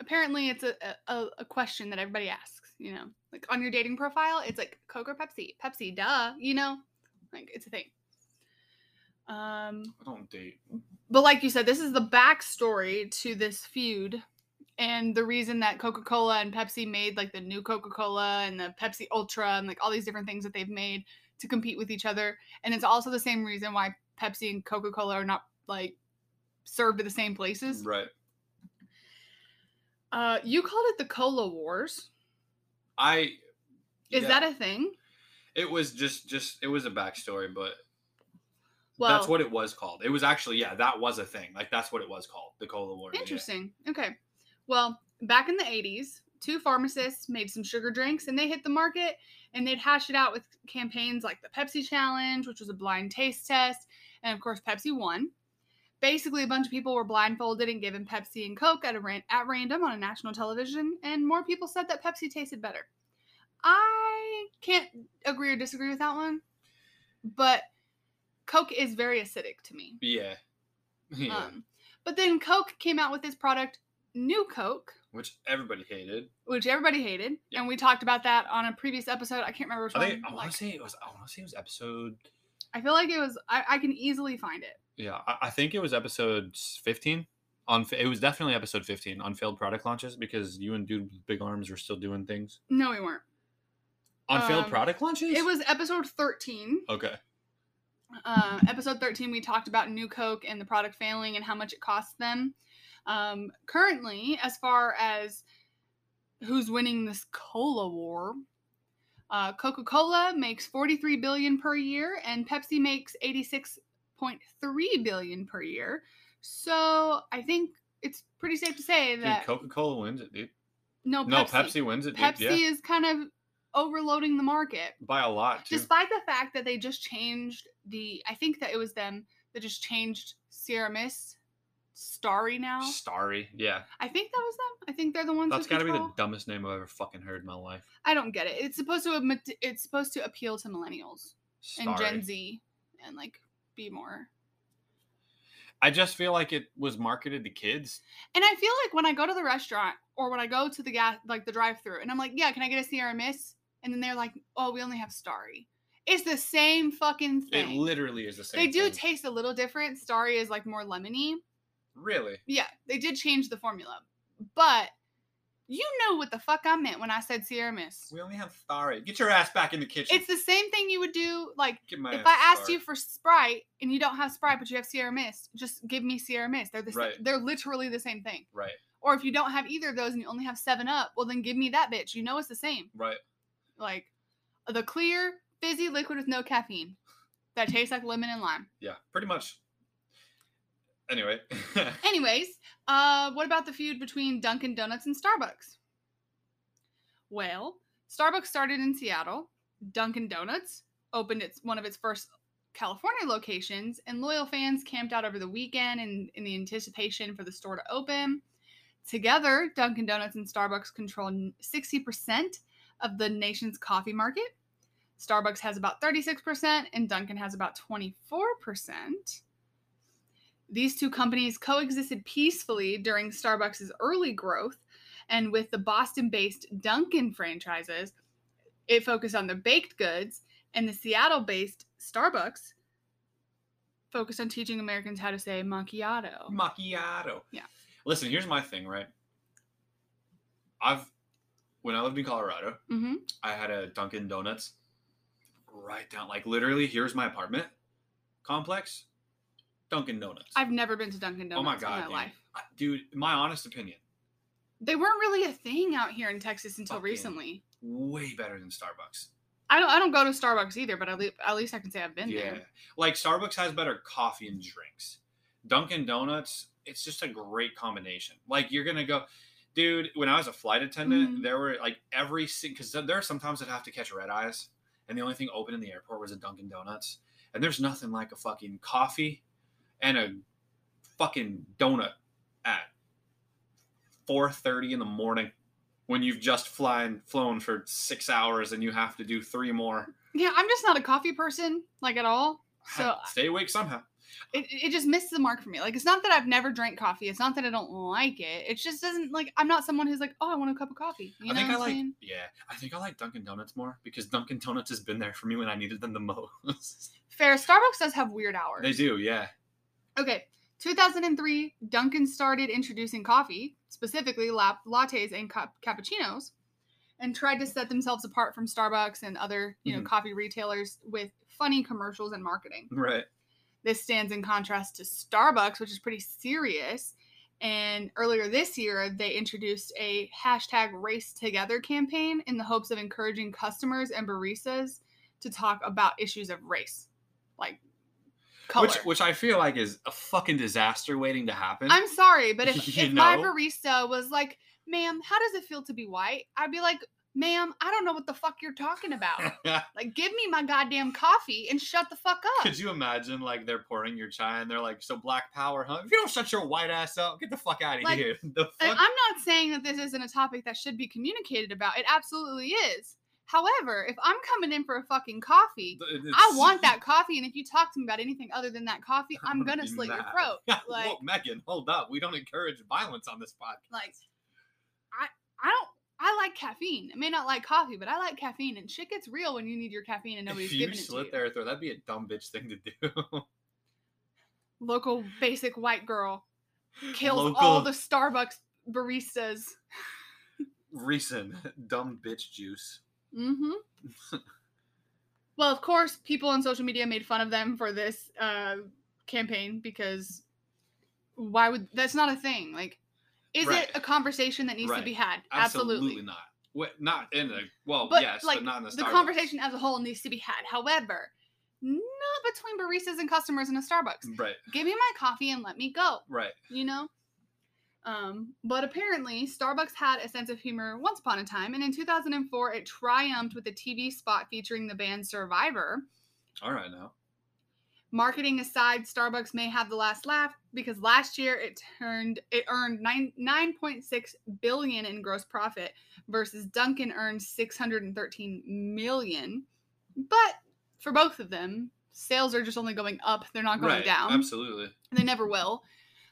Speaker 2: apparently it's a, a- a, a question that everybody asks. You know, like on your dating profile, it's like Coke or Pepsi. Pepsi, duh. You know, like it's a thing. Um,
Speaker 1: I don't date.
Speaker 2: but like you said, this is the backstory to this feud and the reason that Coca Cola and Pepsi made like the new Coca Cola and the Pepsi Ultra and like all these different things that they've made to compete with each other. And it's also the same reason why Pepsi and Coca Cola are not like served at the same places.
Speaker 1: Right.
Speaker 2: Uh, you called it the Cola Wars.
Speaker 1: I.
Speaker 2: Is
Speaker 1: yeah.
Speaker 2: that a thing?
Speaker 1: It was just just it was a backstory, but
Speaker 2: Well,
Speaker 1: that's what it was called. It was actually yeah, that was a thing. Like that's what it was called, the Cola War. yeah.
Speaker 2: Interesting. Okay. Well, back in the 80s, two pharmacists made some sugar drinks and they hit the market and they'd hash it out with campaigns like the Pepsi Challenge, which was a blind taste test. And of course, Pepsi won. Basically, a bunch of people were blindfolded and given Pepsi and Coke at, a ran- at random on a national television, and more people said that Pepsi tasted better. I can't agree or disagree with that one, but Coke is very acidic to me.
Speaker 1: Yeah. yeah.
Speaker 2: Um, but then Coke came out with this product, New Coke,
Speaker 1: Which everybody hated.
Speaker 2: which everybody hated,
Speaker 1: Yeah.
Speaker 2: and we talked about that on a previous episode. I can't remember which
Speaker 1: I
Speaker 2: one.
Speaker 1: think I want
Speaker 2: like-
Speaker 1: to say it was. I want to say it was episode.
Speaker 2: I feel like it was. I, I can easily find it.
Speaker 1: Yeah, I, I think it was episode fifteen. On fa- it was definitely episode fifteen on failed product launches because you and dude with big arms were still doing things
Speaker 2: No, we weren't.
Speaker 1: on failed
Speaker 2: Um,
Speaker 1: product launches.
Speaker 2: It was episode thirteen.
Speaker 1: okay.
Speaker 2: Uh, episode thirteen, we talked about New Coke and the product failing and how much it costs them. Um, currently, as far as who's winning this cola war, uh, Coca Cola makes forty-three billion per year, and Pepsi makes eighty-six point three billion per year. So I think it's pretty safe to say
Speaker 1: Dude,
Speaker 2: that
Speaker 1: Coca Cola wins it, dude.
Speaker 2: no, Pepsi,
Speaker 1: No, Pepsi wins it, dude.
Speaker 2: Pepsi
Speaker 1: Yeah,
Speaker 2: is kind of overloading the market.
Speaker 1: by a lot too.
Speaker 2: Despite the fact that they just changed the, I think that it was them that just changed Sierra Mist Starry now.
Speaker 1: Starry. Yeah,
Speaker 2: I think that was them. I think they're the ones.
Speaker 1: that's
Speaker 2: with
Speaker 1: got to be the
Speaker 2: control.
Speaker 1: dumbest name I've ever fucking heard in my life.
Speaker 2: I don't get it. It's supposed to. admit- It's supposed to appeal to millennials
Speaker 1: Starry.
Speaker 2: and Gen Z and like be more.
Speaker 1: I just feel like it was marketed to kids.
Speaker 2: And I feel like when I go to the restaurant or when I go to the gas, like the drive-through, and I'm like, "Yeah, can I get a Sierra Mist?" And then they're like, "Oh, we only have Starry." It's the same fucking
Speaker 1: It
Speaker 2: thing.
Speaker 1: literally is the same.
Speaker 2: they do
Speaker 1: thing.
Speaker 2: taste a little different. Starry is like more lemony.
Speaker 1: really.
Speaker 2: Yeah, they did change the formula, but you know what the fuck I meant when I said Sierra Mist.
Speaker 1: We only have Starry. Get your ass back in the kitchen.
Speaker 2: It's the same thing you would do. Like
Speaker 1: Get my
Speaker 2: if
Speaker 1: ass
Speaker 2: I asked
Speaker 1: Starry.
Speaker 2: you for Sprite and you don't have Sprite but you have Sierra Mist, just give me Sierra Mist. They're the sa-
Speaker 1: Right.
Speaker 2: they're literally the same thing.
Speaker 1: Right,
Speaker 2: Or if you don't have either of those and you only have Seven Up, well then give me that bitch. You know it's the same.
Speaker 1: right.
Speaker 2: Like the clear fizzy liquid with no caffeine that tastes like lemon and lime.
Speaker 1: Yeah, pretty much. Anyway, (laughs)
Speaker 2: Anyways, uh, what about the feud between Dunkin' Donuts and Starbucks? Well, Starbucks started in Seattle. Dunkin' Donuts opened its one of its first California locations, and loyal fans camped out over the weekend in, in the anticipation for the store to open. Together, Dunkin' Donuts and Starbucks control n- 60% of the nation's coffee market. Starbucks has about 36%, and Dunkin' has about 24%. These two companies coexisted peacefully during Starbucks' early growth, and with the Boston based Dunkin' franchises, it focused on the baked goods, and the Seattle based Starbucks focused on teaching Americans how to say macchiato.
Speaker 1: macchiato.
Speaker 2: Yeah.
Speaker 1: Listen, here's my thing, right? I've when I lived in Colorado,
Speaker 2: hmm
Speaker 1: I had a Dunkin' Donuts right down, like literally. Here's my apartment complex, Dunkin' Donuts.
Speaker 2: I've never been to Dunkin' Donuts
Speaker 1: oh my
Speaker 2: in
Speaker 1: god,
Speaker 2: my
Speaker 1: dude.
Speaker 2: life.
Speaker 1: I- dude! My honest opinion,
Speaker 2: They weren't really a thing out here in Texas until
Speaker 1: Fucking-
Speaker 2: recently.
Speaker 1: way better than Starbucks.
Speaker 2: I don't I don't go to Starbucks either, but at least, at least I can say I've been
Speaker 1: yeah,
Speaker 2: there.
Speaker 1: like Starbucks has better coffee and drinks. Dunkin' Donuts, it's just a great combination. Like you're gonna go, dude. When I was a flight attendant,
Speaker 2: Mhm.
Speaker 1: there were like every because there are sometimes I'd have to catch red eyes, and the only thing open in the airport was a Dunkin' Donuts, and there's nothing like a fucking coffee and a fucking donut at 4:30 in the morning when you've just flying flown for six hours and you have to do three more.
Speaker 2: Yeah, I'm just not a coffee person like at all. So
Speaker 1: (laughs) Stay awake somehow.
Speaker 2: it, it just missed the mark for me. Like it's not that I've never drank coffee. It's not that I don't like it. It just doesn't like I'm not someone who's like, oh, I want a cup of coffee. You
Speaker 1: I
Speaker 2: know
Speaker 1: think
Speaker 2: what
Speaker 1: I
Speaker 2: I'm
Speaker 1: like
Speaker 2: saying?
Speaker 1: yeah. I think I like Dunkin' Donuts more because Dunkin' Donuts has been there for me when I needed them the (laughs) most.
Speaker 2: Fair. Starbucks does have weird hours.
Speaker 1: they do, yeah.
Speaker 2: Okay. 2003, Duncan started introducing coffee, specifically la- lattes and ca- cappuccinos, and tried to set themselves apart from Starbucks and other, you know,
Speaker 1: Mhm.
Speaker 2: coffee retailers with funny commercials and marketing.
Speaker 1: Right.
Speaker 2: This stands in contrast to Starbucks, which is pretty serious. And earlier this year, they introduced a hashtag race together campaign in the hopes of encouraging customers and baristas to talk about issues of race, like color.
Speaker 1: Which which I feel like is a fucking disaster waiting to happen.
Speaker 2: I'm sorry, but if,
Speaker 1: You
Speaker 2: if my
Speaker 1: know?
Speaker 2: barista was like, ma'am, how does it feel to be white? I'd be like, ma'am, I don't know what the fuck you're talking about.
Speaker 1: (laughs)
Speaker 2: like, give me my goddamn coffee and shut the fuck
Speaker 1: (laughs) (laughs)
Speaker 2: up.
Speaker 1: Could you imagine like they're pouring your chai and they're like, "So black power, huh? If you don't shut your white ass up, get the fuck out of
Speaker 2: Like,
Speaker 1: here." (laughs) The
Speaker 2: And I'm
Speaker 1: fuck?
Speaker 2: not saying that this isn't a topic that should be communicated about. It absolutely is. However, if I'm coming in for a fucking coffee,
Speaker 1: Th-
Speaker 2: I
Speaker 1: it's- (laughs)
Speaker 2: want that coffee. And if you talk to me about anything other than that coffee, I'm
Speaker 1: gonna
Speaker 2: gonna
Speaker 1: be
Speaker 2: slit your
Speaker 1: mad. (laughs)
Speaker 2: throat. Like,
Speaker 1: Whoa, Megan, hold up. We don't encourage violence on this podcast.
Speaker 2: like, I, I don't. I like caffeine. I may not like coffee, but I like caffeine, and shit gets real when you need your caffeine and nobody's
Speaker 1: if you
Speaker 2: giving it to
Speaker 1: slit
Speaker 2: you.
Speaker 1: their throat, that'd be a dumb bitch thing to do. (laughs)
Speaker 2: Local basic white girl kills
Speaker 1: Local
Speaker 2: all the Starbucks baristas.
Speaker 1: Recent dumb bitch juice.
Speaker 2: Mm-hmm.
Speaker 1: (laughs)
Speaker 2: well, of course, people on social media made fun of them for this uh, campaign because why would that's not a thing? Like, is
Speaker 1: Right.
Speaker 2: it a conversation that needs to
Speaker 1: Right.
Speaker 2: be had?
Speaker 1: Absolutely, not. What, not in a well,
Speaker 2: But
Speaker 1: yes,
Speaker 2: like
Speaker 1: but not in a
Speaker 2: the
Speaker 1: Starbucks.
Speaker 2: conversation as a whole needs to be had. However, not between baristas and customers in a Starbucks.
Speaker 1: Right,
Speaker 2: Give me my coffee and let me go.
Speaker 1: right.
Speaker 2: you know? Um, but apparently, Starbucks had a sense of humor once upon a time, and in 2004, it triumphed with a TV spot featuring the band Survivor.
Speaker 1: All right now.
Speaker 2: Marketing aside, Starbucks may have the last laugh because last year it turned it earned nine nine 9.6 billion in gross profit versus Dunkin' earned 613 million. But for both of them, sales are just only going up; they're not going
Speaker 1: right,
Speaker 2: down
Speaker 1: absolutely.
Speaker 2: they never will.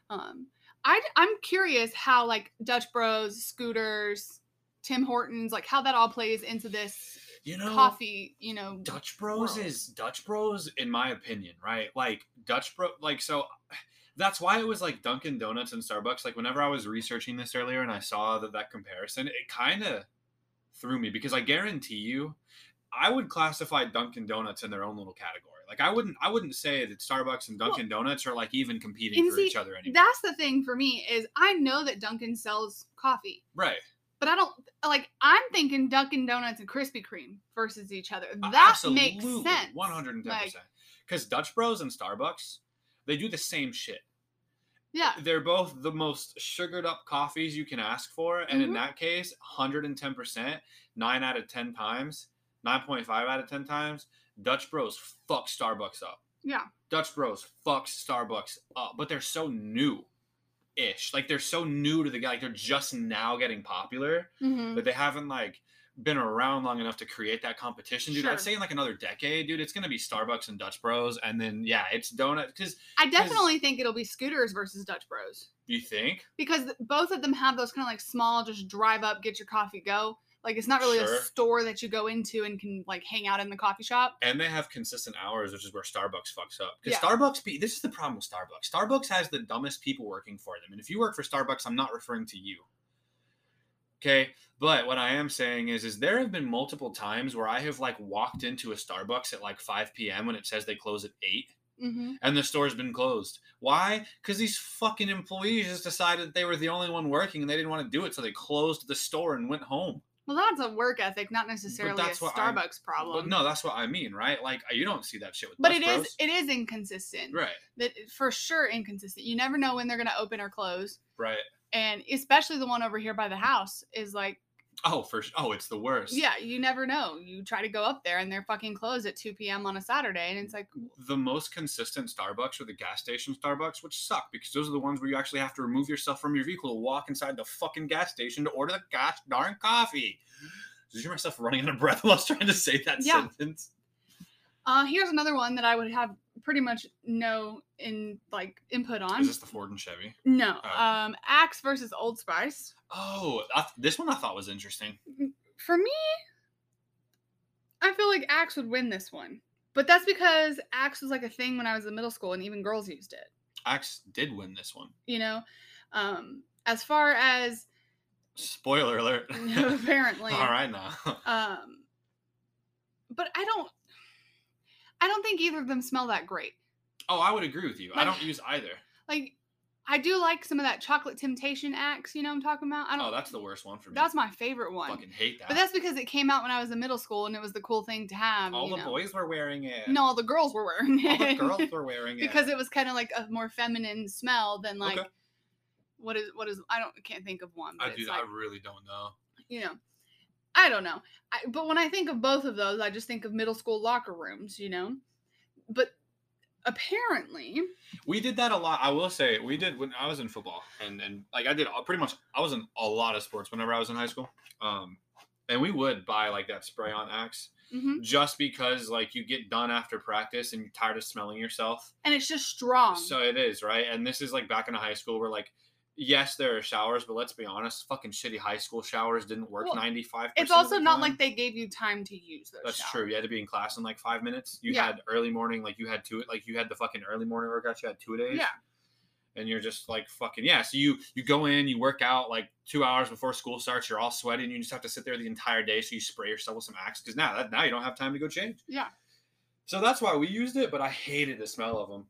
Speaker 2: Um, I I'm curious how like Dutch Bros, Scooters, Tim Hortons, like how that all plays into this
Speaker 1: You know,
Speaker 2: coffee, you know,
Speaker 1: Dutch Bros
Speaker 2: world.
Speaker 1: is Dutch Bros, in my opinion, right? Like Dutch Bro, like so. That's why it was like Dunkin' Donuts and Starbucks. Like whenever I was researching this earlier and I saw that that comparison, it kind of threw me because I guarantee you, I would classify Dunkin' Donuts in their own little category. Like I wouldn't, I wouldn't say that Starbucks and
Speaker 2: Well-
Speaker 1: Dunkin' Donuts are like even competing
Speaker 2: And
Speaker 1: for
Speaker 2: see,
Speaker 1: each other anymore.
Speaker 2: that's the thing for me is I know that Dunkin' sells coffee,
Speaker 1: right?
Speaker 2: but I don't like I'm thinking Dunkin' Donuts and Krispy Kreme versus each other.
Speaker 1: A-
Speaker 2: That makes
Speaker 1: absolutely,
Speaker 2: sense.
Speaker 1: 110%.
Speaker 2: Like,
Speaker 1: Because Dutch Bros and Starbucks, they do the same shit.
Speaker 2: yeah,
Speaker 1: They're both the most sugared up coffees you can ask for. And in
Speaker 2: Mhm.
Speaker 1: that case, 110%, 9 out of 10 times, 9.5 out of 10 times, Dutch Bros fuck Starbucks up.
Speaker 2: Yeah.
Speaker 1: Dutch Bros fucks Starbucks up. But they're so new ish. Like they're so new to the guy. Like they're just now getting popular
Speaker 2: mhm.
Speaker 1: but they haven't like been around long enough to create that competition, dude.
Speaker 2: Sure.
Speaker 1: I'd say in like another decade, dude, it's gonna be Starbucks and Dutch Bros, and then yeah, it's donut. Because
Speaker 2: I definitely think it'll be Scooters versus Dutch Bros.
Speaker 1: you think
Speaker 2: because th- both of them have those kind of like small just drive up get your coffee go like it's not really
Speaker 1: Sure.
Speaker 2: a store that you go into and can like hang out in the coffee shop
Speaker 1: and they have consistent hours, which is where Starbucks fucks up. Because
Speaker 2: Yeah.
Speaker 1: Starbucks, be this is the problem with Starbucks. Starbucks has the dumbest people working for them, and if you work for Starbucks, I'm not referring to you. Okay, but what I am saying is, is there have been multiple times where I have like walked into a Starbucks at like 5 p.m. when it says they close at eight,
Speaker 2: mm-hmm.
Speaker 1: and the store's been closed. Why? Because these fucking employees just decided they were the only one working and they didn't want to do it, so they closed the store and went home.
Speaker 2: well that's a work ethic not necessarily a
Speaker 1: that's what I'm-
Speaker 2: starbucks problem
Speaker 1: But no, that's what I mean, right? Like uh, you don't see that shit with.
Speaker 2: but
Speaker 1: Dutch
Speaker 2: it is
Speaker 1: Bros.
Speaker 2: it is inconsistent
Speaker 1: right,
Speaker 2: that for sure inconsistent you never know when they're going to open or close
Speaker 1: right.
Speaker 2: and especially the one over here by the house is like
Speaker 1: Oh, for s- oh, it's the worst.
Speaker 2: yeah you never know you try to go up there and they're fucking closed at 2 p.m on a saturday and it's like
Speaker 1: The most consistent Starbucks are the gas station Starbucks, which suck because those are the ones where you actually have to remove yourself from your vehicle to walk inside the fucking gas station to order the gosh darn coffee. Did you hear myself running out of breath (laughs) while I was trying to say that
Speaker 2: Yeah.
Speaker 1: sentence?
Speaker 2: Uh, here's another one that I would have pretty much no in like input on.
Speaker 1: Is this the Ford and Chevy?
Speaker 2: no,
Speaker 1: Oh.
Speaker 2: um, Axe versus Old Spice.
Speaker 1: Oh, I th- this one I thought was interesting.
Speaker 2: For me, I feel like Axe would win this one, but that's because Axe was like a thing when I was in middle school, and even girls used it.
Speaker 1: Axe did win this one.
Speaker 2: You know, um, as far as (laughs)
Speaker 1: Spoiler alert. (laughs)
Speaker 2: apparently,
Speaker 1: All right now. (laughs)
Speaker 2: Um, but I don't, I don't think either of them smell that great.
Speaker 1: Oh, I would agree with you. I
Speaker 2: Like-
Speaker 1: don't use either.
Speaker 2: like I do like some of that chocolate temptation axe, you know what I'm talking about? I don't
Speaker 1: Oh, that's the worst one for me.
Speaker 2: that's my favorite one.
Speaker 1: fucking hate that.
Speaker 2: But that's because it came out when I was in middle school and it was the cool thing to have.
Speaker 1: all
Speaker 2: you
Speaker 1: the
Speaker 2: know?
Speaker 1: boys were wearing it.
Speaker 2: No, all the girls were wearing it. (laughs)
Speaker 1: all the girls were wearing it
Speaker 2: because it was kind of like a more feminine smell than like
Speaker 1: Okay.
Speaker 2: what is what is I don't can't think of one. But
Speaker 1: I
Speaker 2: it's
Speaker 1: do.
Speaker 2: like,
Speaker 1: I really don't know.
Speaker 2: you know, I don't know. I, but when I think of both of those, I just think of middle school locker rooms, you know. But apparently,
Speaker 1: We did that a lot. I will say we did when I was in football, and and like I did all- pretty much. I was in a lot of sports whenever I was in high school. Um, and we would buy like that spray on axe
Speaker 2: mhm,
Speaker 1: just because like you get done after practice and you're tired of smelling yourself.
Speaker 2: and it's just strong.
Speaker 1: So it is right, and this is like back in high school where like. Yes, there are showers, but let's be honest, fucking shitty high school showers didn't work
Speaker 2: Well,
Speaker 1: ninety five.
Speaker 2: it's also not like they gave you time to use those.
Speaker 1: um, That's
Speaker 2: showers.
Speaker 1: true. You had to be in class in like five minutes. You
Speaker 2: Yeah.
Speaker 1: had early morning, like you had two, like you had the fucking early morning workouts. You had two days.
Speaker 2: Yeah.
Speaker 1: And you're just like fucking yeah. So you you go in, you work out like two hours before school starts. You're all sweaty, and you just have to sit there the entire day. So you spray yourself with some Axe because now that now you don't have time to go change.
Speaker 2: Yeah.
Speaker 1: So that's why we used it, but I hated the smell of them.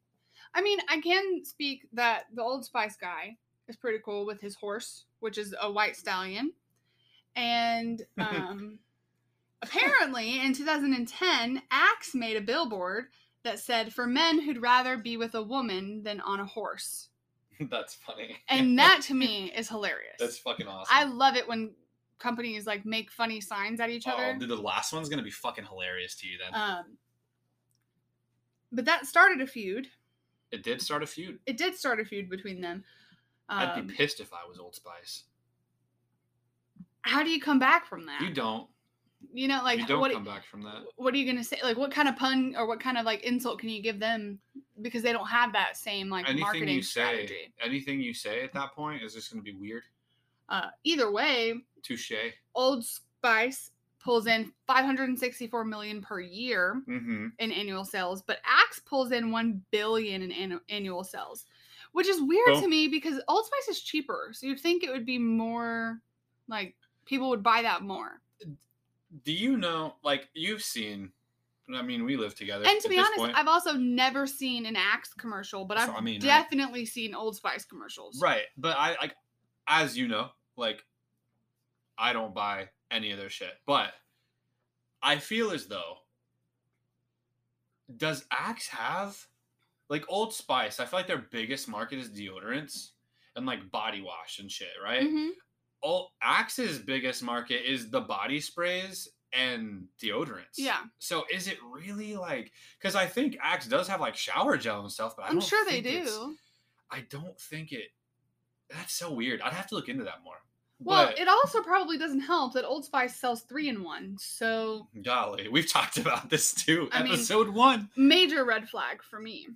Speaker 2: I mean, I can speak that the Old Spice guy is pretty cool with his horse, which is a white stallion.
Speaker 1: (laughs)
Speaker 2: And um, apparently, in 2010, Axe made a billboard that said, "For men who'd rather be with a woman than on a horse,"
Speaker 1: (laughs) that's funny.
Speaker 2: and that to me is hilarious.
Speaker 1: that's fucking awesome.
Speaker 2: I love it when companies like make funny signs at each other.
Speaker 1: Oh, dude, the last one's gonna be fucking hilarious to you. Then
Speaker 2: Um, but that started a feud.
Speaker 1: it did start a feud.
Speaker 2: It did start a feud between them.
Speaker 1: I'd
Speaker 2: Um,
Speaker 1: be pissed if I was Old Spice.
Speaker 2: how do you come back from that?
Speaker 1: You don't.
Speaker 2: You know, like
Speaker 1: you don't
Speaker 2: what?
Speaker 1: come back from that.
Speaker 2: What are you gonna say? Like, what kind of pun or what kind of like insult can you give them because they don't have that same like
Speaker 1: anything
Speaker 2: marketing
Speaker 1: you say,
Speaker 2: strategy?
Speaker 1: anything you say at that point is just going to be weird.
Speaker 2: Uh, either way,
Speaker 1: Touche.
Speaker 2: Old Spice pulls in 564 million per year
Speaker 1: Mm-hmm.
Speaker 2: in annual sales, but Axe pulls in 1 billion in annu- annual sales, which is weird
Speaker 1: Well-
Speaker 2: to me because Old Spice is cheaper, so you'd think it would be more like people would buy that more.
Speaker 1: Do you know? Like you've seen. I mean, we live together.
Speaker 2: And to
Speaker 1: at
Speaker 2: be
Speaker 1: this
Speaker 2: honest,
Speaker 1: point.
Speaker 2: I've also never seen an Axe commercial, but
Speaker 1: That's
Speaker 2: I've
Speaker 1: what I mean, right?
Speaker 2: definitely seen Old Spice commercials.
Speaker 1: right, but I like, as you know, like, I don't buy any of their shit. But I feel as though does Axe have like Old Spice? I feel like their biggest market is deodorants and like body wash and shit, right?
Speaker 2: Mhm.
Speaker 1: all Axe's biggest market is the body sprays and deodorants.
Speaker 2: Yeah,
Speaker 1: So is it really like because I think Axe does have like shower gel and stuff, but I
Speaker 2: I'm
Speaker 1: don't
Speaker 2: sure they
Speaker 1: think it's-
Speaker 2: do.
Speaker 1: I don't think it. That's so weird. I'd have to look into that more.
Speaker 2: Well,
Speaker 1: but
Speaker 2: it also probably doesn't help that Old Spice sells three in one, so
Speaker 1: golly, we've talked about this too.
Speaker 2: I mean-
Speaker 1: Episode one
Speaker 2: major red flag for me.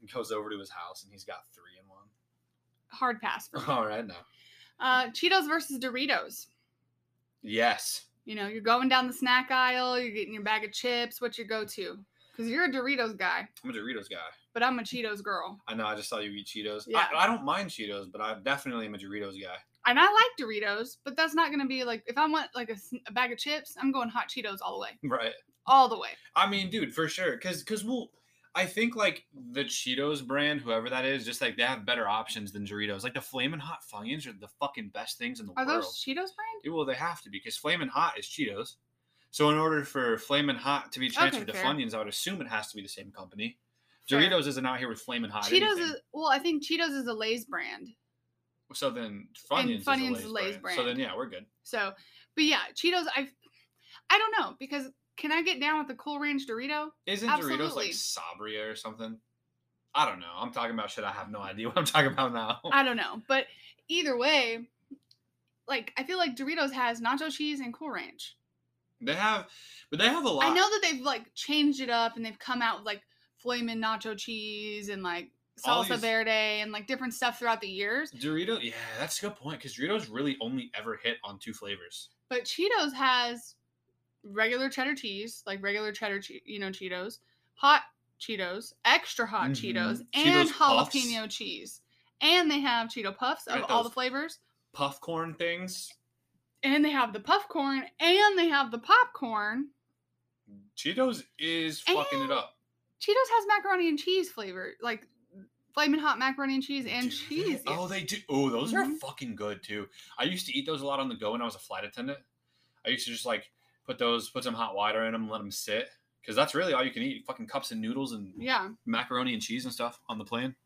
Speaker 1: He goes over to his house and he's got three in one.
Speaker 2: Hard pass for me.
Speaker 1: (laughs) All right now.
Speaker 2: Uh, Cheetos versus Doritos.
Speaker 1: Yes,
Speaker 2: You know, you're going down the snack aisle, you're getting your bag of chips. What's your go to? Because you're a Doritos guy,
Speaker 1: I'm a Doritos guy.
Speaker 2: but I'm a Cheetos girl.
Speaker 1: I know. I just saw you eat Cheetos.
Speaker 2: Yeah.
Speaker 1: I, I don't mind Cheetos, but I definitely am a Doritos guy. (laughs)
Speaker 2: And I like Doritos, but that's not going to be like, if I want like a, sn- a bag of chips, I'm going hot Cheetos all the way.
Speaker 1: Right.
Speaker 2: All the way.
Speaker 1: I mean, dude, for sure. Cause, cause we'll, I think like the Cheetos brand, whoever that is, just like they have better options than Doritos. Like the Flamin' Hot Funyuns are the fucking best things in the
Speaker 2: Are
Speaker 1: world.
Speaker 2: those Cheetos brand?
Speaker 1: Dude, well, they have to because Flamin' Hot is Cheetos. So in order for Flamin' Hot to be transferred to
Speaker 2: fair.
Speaker 1: Funyuns, I would assume it has to be the same company.
Speaker 2: Fair.
Speaker 1: Doritos isn't out here with Flamin' Hot.
Speaker 2: Cheetos
Speaker 1: anything.
Speaker 2: is, well, I think Cheetos is a Lay's brand.
Speaker 1: so then Funyuns,
Speaker 2: Funyuns
Speaker 1: is a Lay's brand. So then yeah, we're good.
Speaker 2: So, but yeah, Cheetos, I, I don't know because can I get down with the Cool Ranch Dorito?
Speaker 1: Isn't Doritos
Speaker 2: Absolutely.
Speaker 1: like Sabria or something? I don't know. I'm talking about shit. I have no idea what I'm talking about now.
Speaker 2: (laughs) I don't know, but either way, like I feel like Doritos has nacho cheese and Cool Ranch.
Speaker 1: they have, but they have a lot.
Speaker 2: I know that they've like changed it up and they've come out with like flaming nacho cheese and like
Speaker 1: All
Speaker 2: salsa
Speaker 1: these-
Speaker 2: verde and like different stuff throughout the years.
Speaker 1: Dorito, yeah, that's a good point because Doritos really only ever hit on two flavors.
Speaker 2: But Cheetos has regular cheddar cheese, like regular cheddar, che- you know, Cheetos, hot Cheetos, extra hot
Speaker 1: Mhm.
Speaker 2: Cheetos,
Speaker 1: Cheetos
Speaker 2: and
Speaker 1: Puffs.
Speaker 2: jalapeno cheese. And they have Cheeto Puffs
Speaker 1: Right,
Speaker 2: of all the
Speaker 1: those-
Speaker 2: flavors.
Speaker 1: Puff corn things.
Speaker 2: And they have the puff corn, and they have the popcorn.
Speaker 1: Cheetos is fucking it up.
Speaker 2: Cheetos has macaroni and cheese flavor, like flaming hot macaroni and cheese and
Speaker 1: Do they?
Speaker 2: cheese.
Speaker 1: Oh, they do. Oh, those are
Speaker 2: Mhm.
Speaker 1: fucking good too. I used to eat those a lot on the go when I was a flight attendant. I used to just like put those, put some hot water in them, and let them sit because that's really all you can eat. Fucking cups and noodles and
Speaker 2: yeah,
Speaker 1: macaroni and cheese and stuff on the plane.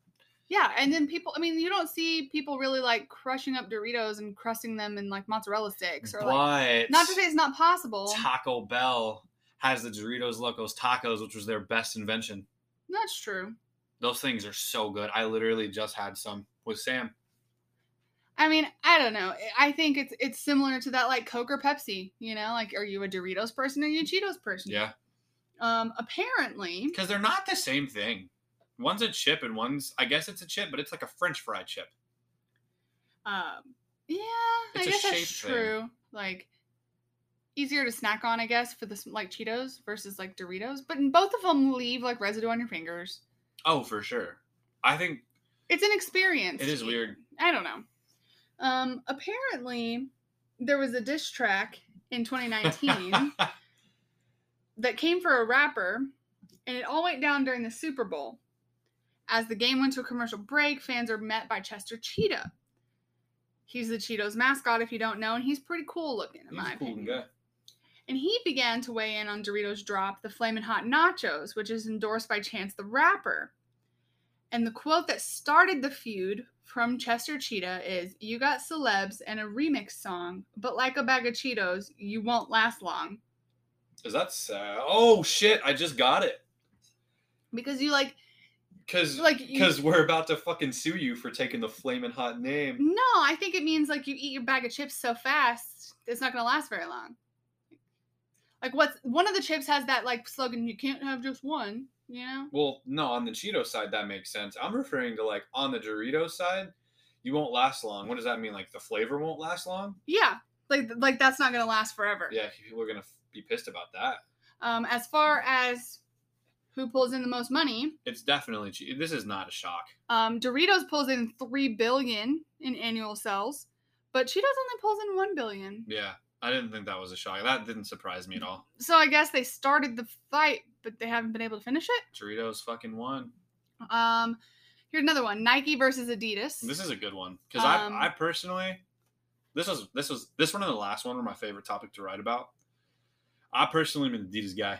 Speaker 2: Yeah, and then people. I mean, you don't see people really like crushing up Doritos and crusting them in like mozzarella sticks or
Speaker 1: But
Speaker 2: like. Not to say it's not possible.
Speaker 1: Taco Bell has the Doritos Locos Tacos, which was their best invention.
Speaker 2: That's true.
Speaker 1: Those things are so good. I literally just had some with Sam.
Speaker 2: I mean, I don't know. I think it's it's similar to that like Coke or Pepsi. You know, like are you a Doritos person or are you a Cheetos person?
Speaker 1: Yeah,
Speaker 2: Um. Apparently.
Speaker 1: because they're not the same thing. One's a chip, and one's I guess it's a chip, but it's like a French fry chip.
Speaker 2: Um, yeah,
Speaker 1: It's
Speaker 2: I
Speaker 1: a
Speaker 2: guess that's
Speaker 1: shape thing.
Speaker 2: true. Like easier to snack on, I guess, for this like Cheetos versus like Doritos, but both of them leave like residue on your fingers.
Speaker 1: Oh, for sure. I think
Speaker 2: It's an experience.
Speaker 1: It is
Speaker 2: to eat.
Speaker 1: weird.
Speaker 2: I don't know. Um, apparently, there was a diss track
Speaker 1: (laughs)
Speaker 2: in 2019 that came for a rapper, and it all went down during the Super Bowl. As the game went to a commercial break, fans are met by Chester Cheetah. He's the Cheetos mascot, if you don't know, and he's pretty cool looking, in
Speaker 1: He's
Speaker 2: my
Speaker 1: a cool
Speaker 2: opinion.
Speaker 1: guy.
Speaker 2: And he began to weigh in on Doritos Drop, the Flamin' Hot Nachos, which is endorsed by Chance the Rapper. And the quote that started the feud from Chester Cheetah is You got celebs and a remix song, but like a bag of Cheetos, you won't last long.
Speaker 1: Is that sad? Oh shit! I just got it.
Speaker 2: Because you like,
Speaker 1: Cause
Speaker 2: like, you-
Speaker 1: because we're about to fucking sue you for taking the flaming hot name.
Speaker 2: no, I think it means like you eat your bag of chips so fast, it's not going to last very long. Like, what's one of the chips has that like slogan, you can't have just one, you know?
Speaker 1: Well, no, on the Cheeto side that makes sense. I'm referring to like on the Dorito side, you won't last long. What does that mean? Like the flavor won't last long?
Speaker 2: Yeah. Like, like that's not going to last forever.
Speaker 1: Yeah, people are gonna f- be pissed about that.
Speaker 2: Um, as far as who pulls in the most money,
Speaker 1: It's definitely che- this is not a shock.
Speaker 2: um, Doritos pulls in three billion in annual sales, but Cheetos only pulls in one billion.
Speaker 1: Yeah, I didn't think that was a shock. That didn't surprise me at all.
Speaker 2: So I guess they started the fight, but they haven't been able to finish it.
Speaker 1: Doritos fucking won.
Speaker 2: Um, here's another one: Nike versus Adidas.
Speaker 1: This is a good one because
Speaker 2: Um,
Speaker 1: I, I personally, this was this was this one and the last one were my favorite topic to write about. I personally am an Adidas guy.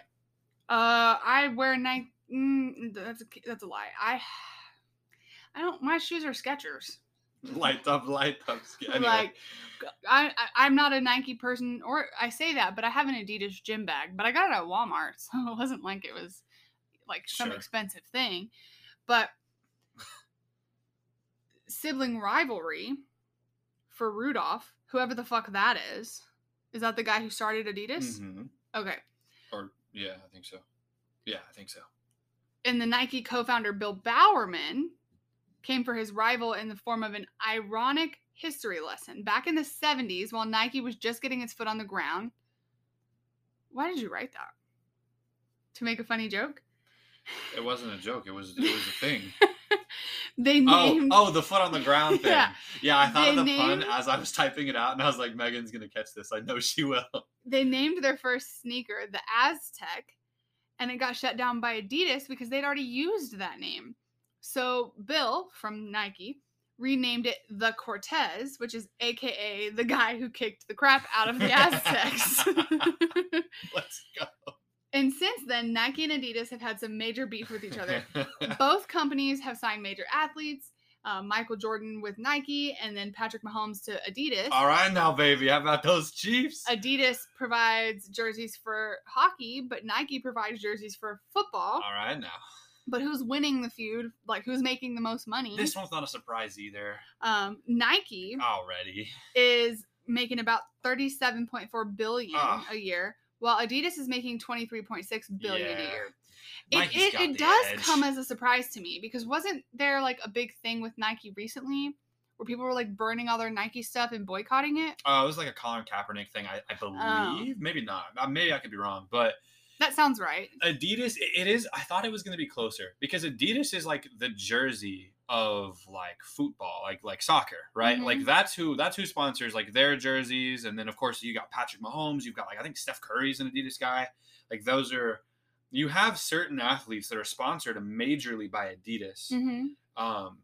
Speaker 1: (laughs)
Speaker 2: uh, I wear Nike. Mm, that's a, that's a lie. I I don't. My shoes are Skechers.
Speaker 1: Light up, light up. Anyway,
Speaker 2: Like, I, I I'm not a Nike person, or I say that, but I have an Adidas gym bag, but I got it at Walmart, (laughs) so it wasn't like it was like some
Speaker 1: Sure.
Speaker 2: expensive thing. But sibling rivalry for Rudolph, whoever the fuck that is, is that the guy who started Adidas?
Speaker 1: mhm.
Speaker 2: Okay,
Speaker 1: or yeah, I think so. Yeah, I think so.
Speaker 2: and the Nike co-founder Bill Bowerman came for his rival in the form of an ironic history lesson. Back in the 70s, while Nike was just getting its foot on the ground, why did you write that? To make a funny joke?
Speaker 1: It wasn't a joke. It was it was a
Speaker 2: (laughs)
Speaker 1: thing.
Speaker 2: They
Speaker 1: oh,
Speaker 2: named
Speaker 1: oh, the foot on the ground thing.
Speaker 2: (laughs) Yeah.
Speaker 1: Yeah, I thought of
Speaker 2: They
Speaker 1: the pun
Speaker 2: named-
Speaker 1: as I was typing it out, and I was like, Megan's gonna catch this. I know she will. (laughs)
Speaker 2: they named their first sneaker the Aztec, and it got shut down by Adidas because they'd already used that name. So Bill from Nike renamed it the Cortez, which is AKA the guy who kicked the crap out of the Aztecs.
Speaker 1: Let's go.
Speaker 2: and since then, Nike and Adidas have had some major beef with
Speaker 1: (laughs)
Speaker 2: each other. Both companies have signed major athletes. Uh, Michael Jordan with Nike, and then Patrick Mahomes to Adidas.
Speaker 1: All right, now, baby. How about those Chiefs?
Speaker 2: Adidas provides jerseys for hockey, but Nike provides jerseys for football.
Speaker 1: All right, now.
Speaker 2: But who's winning the feud? Like who's making the most money?
Speaker 1: This Uh, one's not a surprise either.
Speaker 2: um, Nike
Speaker 1: Already.
Speaker 2: is making about thirty-seven point four billion
Speaker 1: Ah.
Speaker 2: a year, while Adidas is making twenty-three point six billion a
Speaker 1: Yeah.
Speaker 2: year. It,
Speaker 1: Nike's
Speaker 2: it,
Speaker 1: got
Speaker 2: it
Speaker 1: the
Speaker 2: does
Speaker 1: edge.
Speaker 2: come as a surprise to me because wasn't there like a big thing with Nike recently where people were like burning all their Nike stuff and boycotting it?
Speaker 1: Uh, it was like a Colin Kaepernick thing, I, I
Speaker 2: Oh.
Speaker 1: believe. Maybe not. Uh, Maybe I could be wrong. But
Speaker 2: That sounds right.
Speaker 1: Adidas, i- it is. I thought it was going to be closer because Adidas is like the jersey of like football, like like soccer, right?
Speaker 2: Mhm.
Speaker 1: Like that's who that's who sponsors like their jerseys, and then of course you got Patrick Mahomes. You've got like I think Steph Curry's an Adidas guy. Like those are you have certain athletes that are sponsored majorly by Adidas.
Speaker 2: Mm-hmm.
Speaker 1: Um,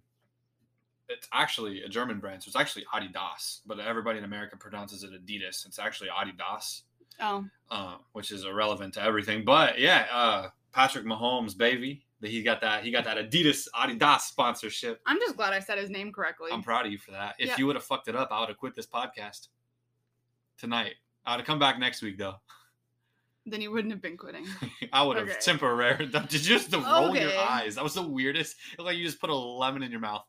Speaker 1: it's actually a German brand, so it's actually Adidas, but everybody in America pronounces it Adidas. It's actually Adidas, um,
Speaker 2: Oh,
Speaker 1: uh, which is irrelevant to everything. But yeah, uh, Patrick Mahomes, baby, that he got that he got that Adidas Adidas sponsorship.
Speaker 2: I'm just glad I said his name correctly.
Speaker 1: I'm proud of you for that. If
Speaker 2: Yeah.
Speaker 1: you would have fucked it up, I would have quit this podcast tonight. I would have come back next week though.
Speaker 2: then you wouldn't have been quitting. (laughs)
Speaker 1: (laughs) I would have
Speaker 2: Okay.
Speaker 1: temporary. (laughs) Just the roll your
Speaker 2: Okay.
Speaker 1: eyes. That was the weirdest. It was like you just put a lemon in your mouth.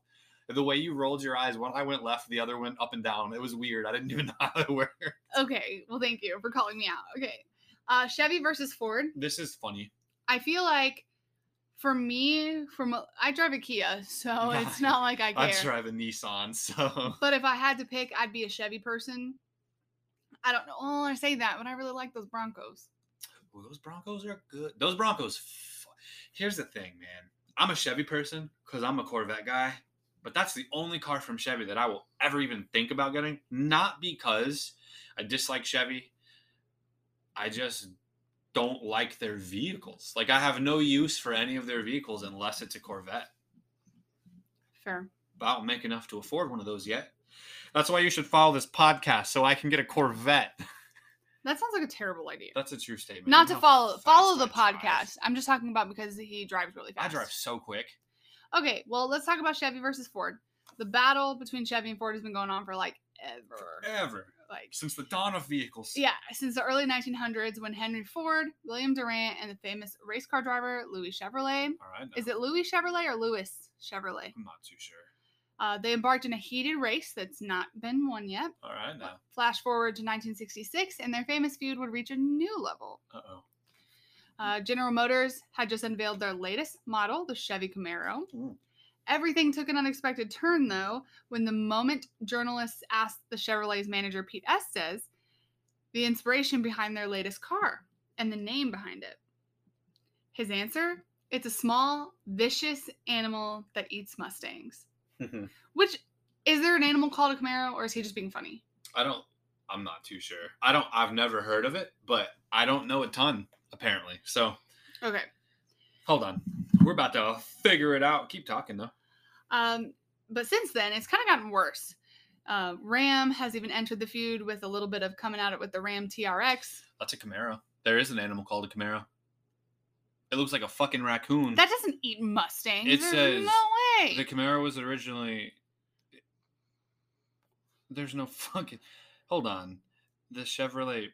Speaker 1: The way you rolled your eyes, one eye went left, the other went up and down. It was weird. I didn't even know (laughs) how it worked.
Speaker 2: Okay, well, thank you for calling me out. Okay, uh, Chevy versus Ford.
Speaker 1: This is funny.
Speaker 2: I feel like for me, from a- I drive a Kia, so it's not like I care.
Speaker 1: I drive a Nissan, (laughs) so
Speaker 2: But if I had to pick, I'd be a Chevy person. I don't know. Oh, I say that, but I really like those Broncos.
Speaker 1: Ooh, those Broncos are good. Those Broncos. fu- Here's the thing, man. I'm a Chevy person because I'm a Corvette guy, but that's the only car from Chevy that I will ever even think about getting. Not because I dislike Chevy, I just don't like their vehicles. Like, I have no use for any of their vehicles unless it's a Corvette.
Speaker 2: Fair.
Speaker 1: But I don't make enough to afford one of those yet. That's why you should follow this podcast so I can get a Corvette. (laughs)
Speaker 2: That sounds like a terrible idea.
Speaker 1: That's a true statement. Look
Speaker 2: Not to
Speaker 1: how
Speaker 2: follow
Speaker 1: fast
Speaker 2: follow the
Speaker 1: I drive.
Speaker 2: podcast. I'm just talking about because he drives really
Speaker 1: I
Speaker 2: fast.
Speaker 1: drive so quick.
Speaker 2: Okay, well, let's talk about Chevy versus Ford. The battle between Chevy and Ford has been going on for like ever.
Speaker 1: Ever.
Speaker 2: Like
Speaker 1: since the dawn of vehicles.
Speaker 2: yeah, since the early 1900s when Henry Ford, William Durant, and the famous race car driver Louis Chevrolet.
Speaker 1: All right.
Speaker 2: Is it Louis Chevrolet or Louis Chevrolet?
Speaker 1: I'm not too sure.
Speaker 2: Uh, they embarked in a heated race that's not been won yet.
Speaker 1: All right. Now.
Speaker 2: Flash forward to 1966, and their famous feud would reach a new level.
Speaker 1: Uh oh.
Speaker 2: Uh, General Motors had just unveiled their latest model, the Chevy Camaro.
Speaker 1: Ooh.
Speaker 2: Everything took an unexpected turn, though, when the moment journalists asked the Chevrolet's manager, Pete Estes, the inspiration behind their latest car and the name behind it. His answer it's a small, vicious animal that eats Mustangs. Which is there an animal called a Camaro, or is he just being funny?
Speaker 1: I don't. I'm not too sure. I don't. I've never heard of it, but I don't know a ton apparently. So
Speaker 2: Okay.
Speaker 1: hold on. We're about to figure it out. Keep talking though.
Speaker 2: Um, but since then, it's kind of gotten worse. Uh, Ram has even entered the feud with a little bit of coming at it with the Ram TRX.
Speaker 1: That's a Camaro. There is an animal called a Camaro. It looks like a fucking raccoon.
Speaker 2: That doesn't eat Mustangs.
Speaker 1: Hmm. It
Speaker 2: There's
Speaker 1: says
Speaker 2: no way.
Speaker 1: the Camaro was originally. There's no fucking. Hold on. The Chevrolet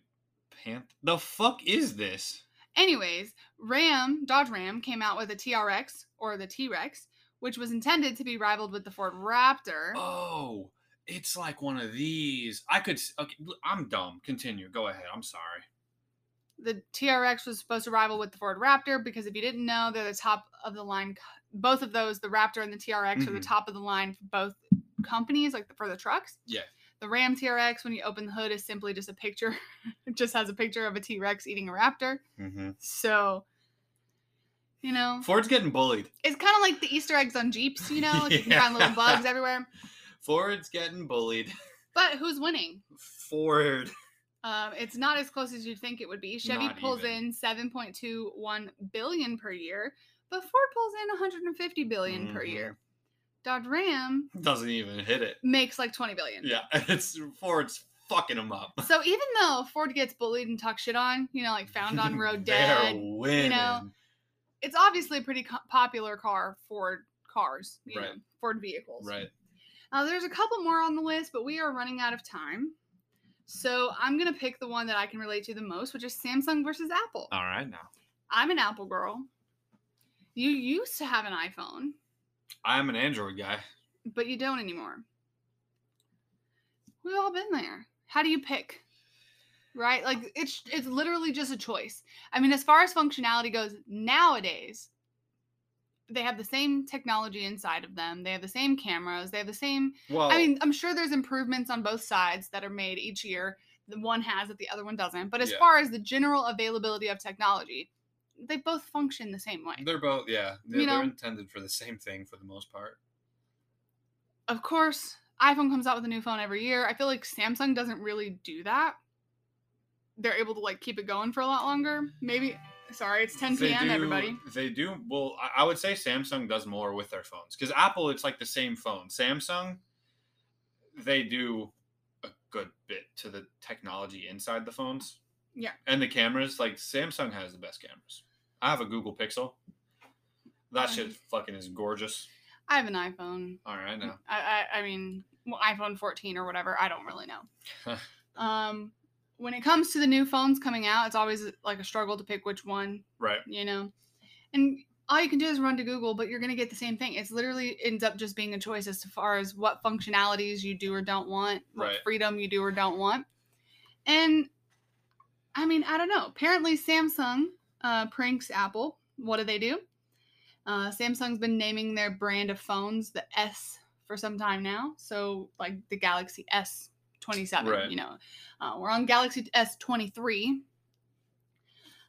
Speaker 1: Panther. The fuck is this?
Speaker 2: Anyways, Ram, Dodge Ram, came out with a TRX or the T Rex, which was intended to be rivaled with the Ford Raptor.
Speaker 1: Oh, it's like one of these. I could. s- Okay, l- I'm dumb. Continue. Go ahead. I'm sorry.
Speaker 2: The TRX was supposed to rival with the Ford Raptor because if you didn't know, they're the top of the line. c- Both of those, the Raptor and the TRX, are the
Speaker 1: Mhm.
Speaker 2: top of the line for both companies, like for the trucks.
Speaker 1: Yeah.
Speaker 2: The Ram TRX, when you open the hood, is simply just a picture. (laughs) it just has a picture of a T Rex eating a Raptor. Mm-hmm. So, you know,
Speaker 1: Mm-hmm. Ford's getting bullied.
Speaker 2: it's kind of like the Easter eggs on Jeeps, you know, like you can find little
Speaker 1: (laughs)
Speaker 2: bugs
Speaker 1: Yeah.
Speaker 2: everywhere.
Speaker 1: Ford's getting bullied. (laughs)
Speaker 2: But who's winning?
Speaker 1: Ford.
Speaker 2: Um, it's not as close as you'd think it would be. Chevy
Speaker 1: Not
Speaker 2: pulls
Speaker 1: even.
Speaker 2: in 7.21 billion per year, but Ford pulls in 150 billion per
Speaker 1: Mhm.
Speaker 2: year. Dodge Ram
Speaker 1: Doesn't even hit it.
Speaker 2: makes like 20 billion.
Speaker 1: Yeah, (laughs) it's Ford's fucking him up.
Speaker 2: So even though Ford gets bullied and talked shit on, you know, like found
Speaker 1: (laughs)
Speaker 2: on road
Speaker 1: They're
Speaker 2: dead,
Speaker 1: winning.
Speaker 2: it's obviously a pretty co- popular car Ford cars, you
Speaker 1: Right.
Speaker 2: know, Ford vehicles.
Speaker 1: Right.
Speaker 2: Uh, there's a couple more on the list, but we are running out of time. So I'm gonna pick the one that I can relate to the most, which is Samsung versus Apple.
Speaker 1: All right now.
Speaker 2: I'm an Apple girl. You used to have an iPhone,
Speaker 1: I'm an Android guy.
Speaker 2: but you don't anymore. We've all been there. How do you pick? Right? Like it's it's literally just a choice. I mean, as far as functionality goes, nowadays they have the same technology inside of them. They have the same cameras. They have the same
Speaker 1: Well,
Speaker 2: I mean, I'm sure there's improvements on both sides that are made each year. The one has it, the other one doesn't. But as
Speaker 1: Yeah.
Speaker 2: far as the general availability of technology, they both function the same way.
Speaker 1: they're both. Yeah, they're,
Speaker 2: You know-
Speaker 1: they're intended for the same thing for the most part.
Speaker 2: Of course, iPhone comes out with a new phone every year. I feel like Samsung doesn't really do that. They're able to like keep it going for a lot longer. Maybe. Sorry, it's 10
Speaker 1: They
Speaker 2: p.m.
Speaker 1: do-
Speaker 2: Everybody.
Speaker 1: They do. Well, I, I would say Samsung does more with their phones because Apple, it's like the same phone. Samsung, they do a good bit to the technology inside the phones.
Speaker 2: Yeah.
Speaker 1: And the cameras, like Samsung has the best cameras. I have a Google Pixel. That shit fucking is gorgeous.
Speaker 2: I have an iPhone.
Speaker 1: All right, now.
Speaker 2: I, I, I mean, well, iPhone 14 or whatever. I don't
Speaker 1: (laughs)
Speaker 2: really know. um, when it comes to the new phones coming out, it's always like a struggle to pick which one,
Speaker 1: Right.
Speaker 2: you know? And all you can do is run to Google, but you're going to get the same thing. It's literally ends up just being a choice as far as what functionalities you do or don't want, what
Speaker 1: Right.
Speaker 2: freedom you do or don't want. And I mean, I don't know. Apparently, Samsung uh, pranks Apple. What do they do? Uh, Samsung's been naming their brand of phones the S for some time now. So, like the Galaxy S27,
Speaker 1: Right.
Speaker 2: you know, uh, we're on Galaxy S23.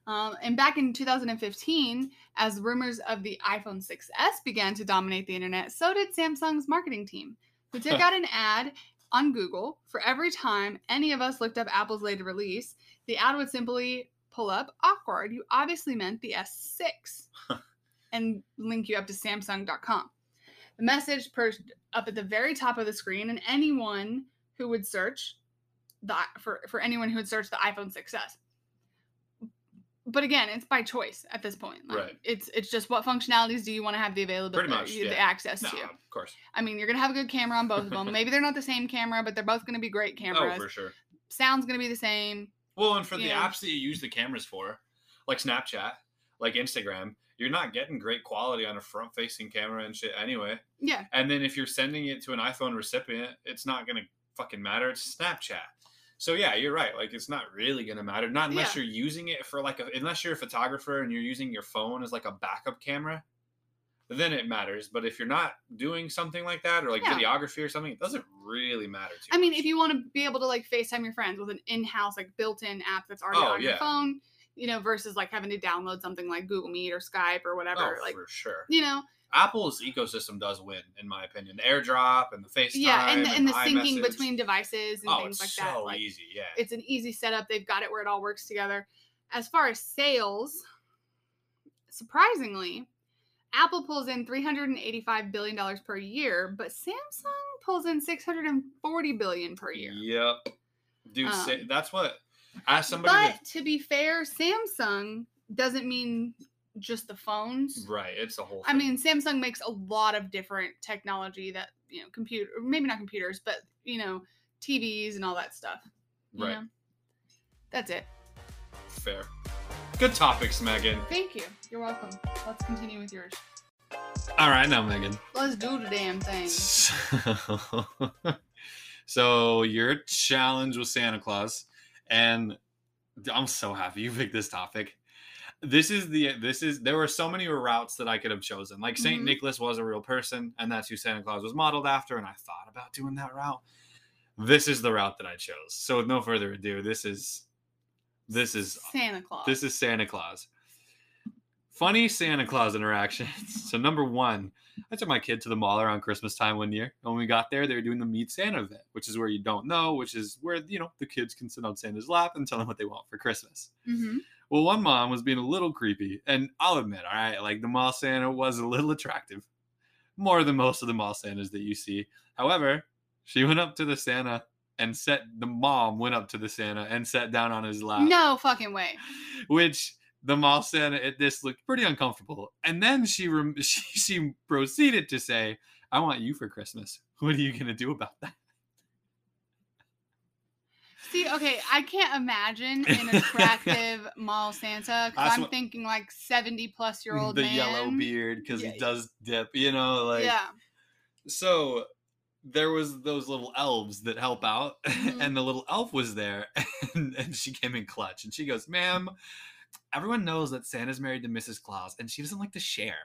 Speaker 2: Um, and back in 2015, as rumors of the iPhone 6S began to dominate the internet, so did Samsung's marketing team, who took out an ad on Google for every time any of us looked up Apple's later release. The ad would simply pull up awkward. You obviously meant the S6 and link you up to Samsung.com. The message perched up at the very top of the screen, and anyone who would search the i- for, for anyone who would search the iPhone 6S. But again, it's by choice at this point.
Speaker 1: Right.
Speaker 2: It's it's just what functionalities do you want to have the availability,
Speaker 1: much,
Speaker 2: you-
Speaker 1: yeah.
Speaker 2: the access
Speaker 1: No,
Speaker 2: to.
Speaker 1: of course.
Speaker 2: I mean, you're gonna have a good camera on both
Speaker 1: (laughs)
Speaker 2: of them. Maybe they're not the same camera, but they're both gonna be great
Speaker 1: Oh,
Speaker 2: cameras.
Speaker 1: for sure.
Speaker 2: Sound's gonna be the same.
Speaker 1: Well, and for
Speaker 2: Yeah.
Speaker 1: the apps that you use the cameras for, like Snapchat, like Instagram, you're not getting great quality on a front facing camera and shit anyway.
Speaker 2: Yeah,
Speaker 1: And then if you're sending it to an iPhone recipient, it's not going to fucking matter. It's Snapchat. So yeah, you're right. Like it's not really going to matter. Not unless you're using it for like a unless you're a photographer and you're using your phone as like a backup camera, then it matters. But if you're not doing something like that or like
Speaker 2: Yeah.
Speaker 1: videography or something, it doesn't really matter to you.
Speaker 2: I mean, if you want to be able to like FaceTime your friends with an in-house like built-in app that's already
Speaker 1: Oh,
Speaker 2: on your
Speaker 1: yeah.
Speaker 2: phone, you know, versus like having to download something like Google Meet or Skype or whatever,
Speaker 1: oh,
Speaker 2: like
Speaker 1: for sure.
Speaker 2: you know,
Speaker 1: Apple's ecosystem does win, in my opinion. The AirDrop and the FaceTime,
Speaker 2: yeah, and the, and the syncing
Speaker 1: iMessage.
Speaker 2: between devices and
Speaker 1: oh,
Speaker 2: things
Speaker 1: it's
Speaker 2: like
Speaker 1: so
Speaker 2: that. Like,
Speaker 1: easy. Yeah,
Speaker 2: it's an easy setup. They've got it where it all works together. As far as sales, surprisingly, Apple pulls in $385 billion per year, but Samsung pulls in $640 billion per year.
Speaker 1: Yep. Dude, sa-
Speaker 2: Um,
Speaker 1: that's what. As somebody
Speaker 2: But to be fair, Samsung doesn't mean just the phones.
Speaker 1: that's right, it's a whole.
Speaker 2: I
Speaker 1: thing.
Speaker 2: mean, Samsung makes a lot of different technology that, you know, computer, or maybe not computers, but, you know, TVs and all that stuff. you
Speaker 1: right?
Speaker 2: know? That's it.
Speaker 1: Fair. Good topics, Megan.
Speaker 2: Thank you. You're welcome. Let's continue with yours.
Speaker 1: All right, now Megan.
Speaker 2: Let's do the damn thing.
Speaker 1: So, (laughs) so your challenge was Santa Claus, and I'm so happy you picked this topic. This is the this is there were so many routes that I could have chosen. Like saint
Speaker 2: Mhm.
Speaker 1: Nicholas was a real person, and that's who Santa Claus was modeled after. And I thought about doing that route. This is the route that I chose. So with no further ado, this is this is
Speaker 2: Santa Claus.
Speaker 1: this is Santa Claus. Funny Santa Claus interactions. (laughs) So number one, I took my kid to the mall around Christmas time one year. And when we got there, they were doing the Meet Santa event, which is where you don't know, which is where you know the kids can sit on Santa's lap and tell them what they want for Christmas.
Speaker 2: hmm
Speaker 1: Well, one mom was being a little creepy, and I'll admit, all right, like the mall Santa was a little attractive, more than most of the mall Santas that you see. However, she went up to the Santa and set the mom went up to the Santa and sat down on his lap
Speaker 2: No fucking way.
Speaker 1: which the mall said it, this looked pretty uncomfortable. And then she, rem- (laughs) she she proceeded to say, "I want you for Christmas. What are you gonna do about that?"
Speaker 2: See, okay, I can't imagine
Speaker 1: (laughs)
Speaker 2: an attractive mall Santa because
Speaker 1: That's
Speaker 2: I'm
Speaker 1: what-
Speaker 2: thinking like 70 plus year old
Speaker 1: the
Speaker 2: man.
Speaker 1: yellow beard because
Speaker 2: Yeah.
Speaker 1: he does dip, you know, like
Speaker 2: yeah.
Speaker 1: so. There was those little elves that help out, (laughs)
Speaker 2: Mhm.
Speaker 1: and the little elf was there, (laughs) and, and she came in clutch, and she goes, "Ma'am, everyone knows that Santa's married to Mrs. Claus, and she doesn't like to share."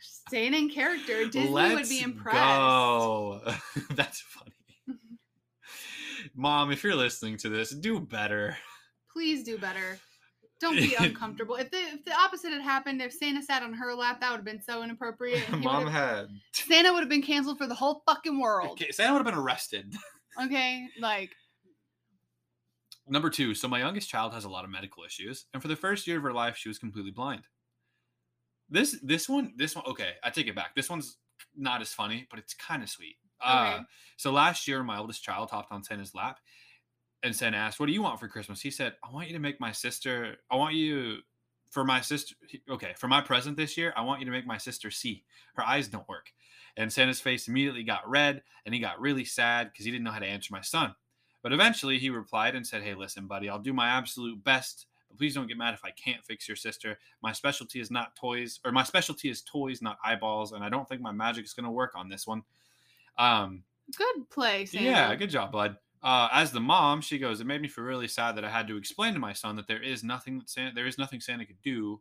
Speaker 2: Staying in character, Disney would be
Speaker 1: Let's
Speaker 2: impressed.
Speaker 1: Go. (laughs) That's funny. Mom, if you're listening to this, do better.
Speaker 2: Please do better.
Speaker 1: (laughs)
Speaker 2: Don't be uncomfortable. If the, if the opposite had happened, if Santa sat on her lap, that would have been
Speaker 1: (laughs)
Speaker 2: so inappropriate. and he
Speaker 1: Mom
Speaker 2: would've-
Speaker 1: had
Speaker 2: Santa would have been canceled for the whole fucking world.
Speaker 1: okay, Santa would have been arrested.
Speaker 2: Okay, like
Speaker 1: Number two, so my youngest child has a lot of medical issues, and for the first year of her life, she was completely blind. This this one this one okay, I take it back. This one's not as funny, but it's kind of sweet. Uh,
Speaker 2: Okay.
Speaker 1: so last year, my oldest child hopped on Santa's lap, and Santa asked, "What do you want for Christmas?" He said, "I want you to make my sister. I want you for my sister okay for my present this year i want you to make my sister see her eyes don't work and santa's face immediately got red and he got really sad because he didn't know how to answer my son but eventually he replied and said hey listen buddy i'll do my absolute best but please don't get mad if i can't fix your sister my specialty is not toys or my specialty is toys not eyeballs and i don't think my magic is going to work on this one um
Speaker 2: Good play, Santa.
Speaker 1: yeah, good job, bud. Uh, as the mom, she goes, "It made me feel really sad that I had to explain to my son that there is nothing that Santa, there is nothing Santa could do.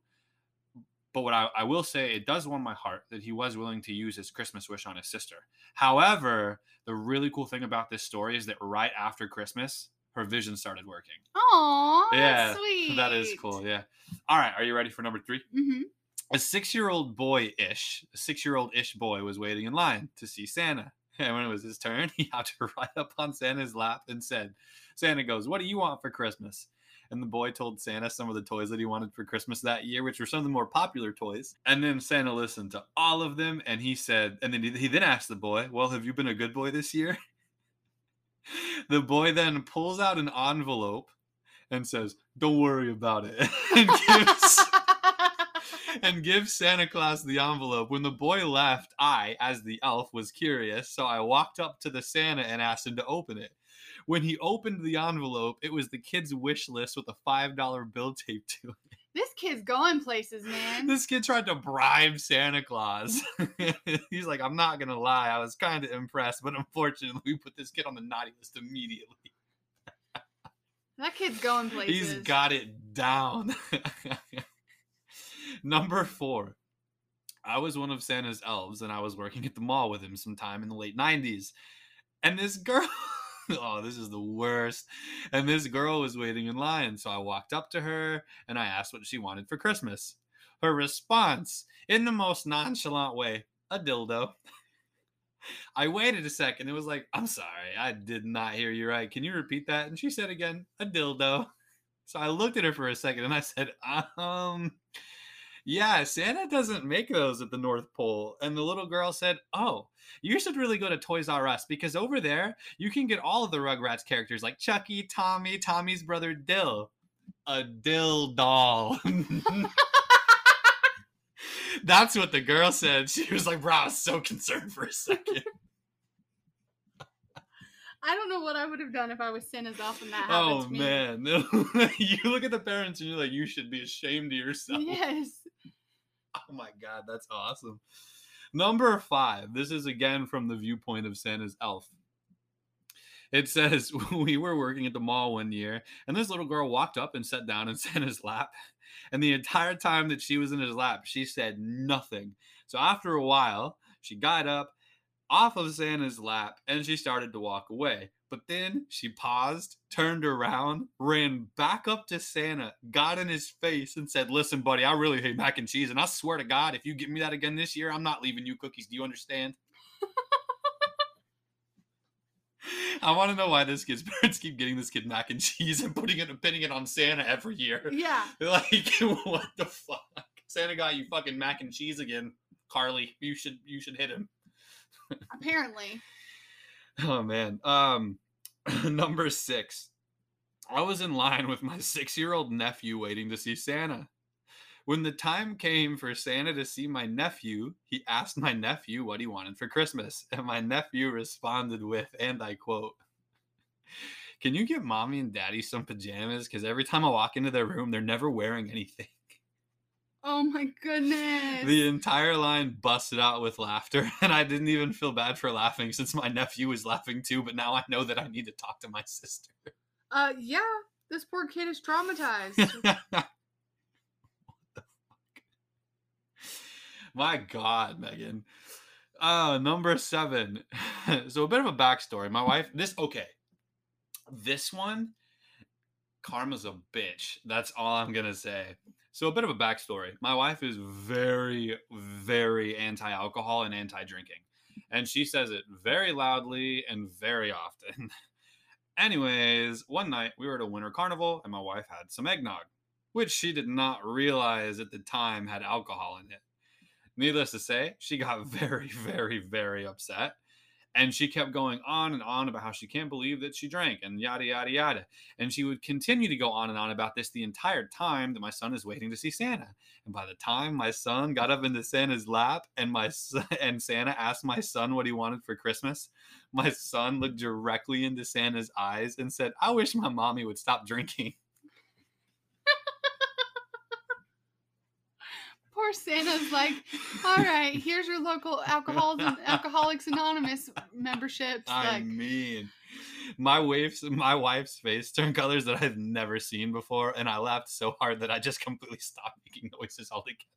Speaker 1: But what I, I will say, it does warm my heart that he was willing to use his Christmas wish on his sister. However, the really cool thing about this story is that right after Christmas, her vision started working. (laughs)
Speaker 2: Aw,
Speaker 1: Yeah,
Speaker 2: that's sweet.
Speaker 1: That is cool. Yeah. All right, are you ready for number three? (laughs)
Speaker 2: hmm
Speaker 1: A six year old boy ish, a six year old ish boy was waiting in line to see Santa. (laughs) And when it was his turn, (laughs) he hopped right up on Santa's lap and said, Santa goes, What do you want for Christmas? And the boy told Santa some of the toys that he wanted for Christmas that year, which were some of the more popular toys. And then Santa listened to all of them and he said, And then he, he then asked the boy, Well, have you been a good boy this year? (laughs) the boy then pulls out an envelope and says, Don't worry about it. (laughs) and gives and give Santa Claus the envelope. When the boy left, I, as the elf, was curious, so I walked up to the Santa and asked him to open it. When he opened the envelope, it was the kid's wish list with a $5 bill taped to it.
Speaker 2: (laughs) this kid's going places, man.
Speaker 1: This kid tried to bribe Santa Claus. (laughs) He's like, I'm not going to lie. I was kind of impressed, but unfortunately, we put this kid on the naughty list immediately.
Speaker 2: that kid's going places.
Speaker 1: He's got it down. (laughs) Number four. I was one of Santa's elves and I was working at the mall with him sometime in the late 90s. And this girl, (laughs) oh, this is the worst. And this girl was waiting in line. So I walked up to her and I asked what she wanted for Christmas. Her response, in the most nonchalant way, a dildo. (laughs) I waited a second. It was like, I'm sorry, I did not hear you right. Can you repeat that? And she said again, a dildo. So I looked at her for a second and I said, (laughs) um, yeah, Santa doesn't make those at the North Pole. And the little girl said, oh, you should really go to Toys R Us because over there you can get all of the Rugrats characters like Chucky, Tommy, Tommy's brother Dill. A dill doll. (laughs) That's what the girl said. She was like, bro, I was so concerned for a second.
Speaker 2: I don't know what I would have done if I was Santa's elf and (laughs) that happened
Speaker 1: Oh
Speaker 2: to me.
Speaker 1: man, (laughs) you look at the parents and you're like, you should be ashamed of yourself.
Speaker 2: (laughs) Yes.
Speaker 1: (laughs) Oh my god, that's awesome. Number five. This is again from the viewpoint of Santa's elf. It says, (laughs) We were working at the mall one year, and this little girl walked up and sat down in (laughs) Santa's lap. And the entire time that she was in his lap, she said nothing. So after a while, she got up off of Santa's lap and she started to walk away. But then she paused, turned around, ran back up to Santa, got in his face, and said, Listen, buddy, I really hate mac and cheese. And I swear to God, if you give me that again this year, I'm not leaving you cookies. Do you understand? I want to know why this kid's (laughs) parents keep getting this kid mac and cheese and putting it and pinning it on Santa every year.
Speaker 2: Yeah.
Speaker 1: (laughs) Like, what the fuck? Santa got you fucking mac and cheese again, Carly. You should you should hit him. (laughs)
Speaker 2: Apparently.
Speaker 1: Oh man. Um (laughs) number 6. I was in line with my (laughs) 6-year-old nephew waiting to see Santa. When the time came for Santa to see my nephew, he asked my nephew what he wanted for Christmas, and my nephew responded with and I quote can you get mommy and daddy some pajamas? Because every time I walk into their room, they're never wearing anything.
Speaker 2: Oh my goodness.
Speaker 1: The entire line busted out with laughter, (laughs) and I didn't even feel bad for laughing since my nephew was laughing too. But now I know that I need to talk to my sister.
Speaker 2: Uh yeah, this poor kid is
Speaker 1: (laughs)
Speaker 2: traumatized.
Speaker 1: (laughs) my God, Megan. Uh, number seven. (laughs) so a bit of a backstory. My wife. This okay. This one. Karma's a bitch. That's all I'm gonna say. So a bit of a backstory. My wife is very, very anti-alcohol and anti-drinking, and she says it very loudly and very often. (laughs) Anyways, one night we were at a winter carnival, and my wife had some eggnog which she did not realize at the time had (laughs) alcohol in it. Needless to say, she got very, very, very upset. And she kept going on and on about how she can't believe that she drank and yada, yada, yada. And she would continue to go on and on about this the entire time that my son is waiting to see Santa. And by the time my son got up into Santa's lap and my son, (laughs) and Santa asked my son what he wanted for Christmas, my son looked directly into Santa's eyes and said, I wish my mommy would stop drinking.
Speaker 2: Poor Santa's like, all right, here's your local alcohols
Speaker 1: (laughs)
Speaker 2: and Alcoholics Anonymous memberships.
Speaker 1: I
Speaker 2: like,
Speaker 1: mean, my wife's my wife's face turned colors that I've never seen before, and I laughed so hard that I just (laughs) completely stopped making noises altogether.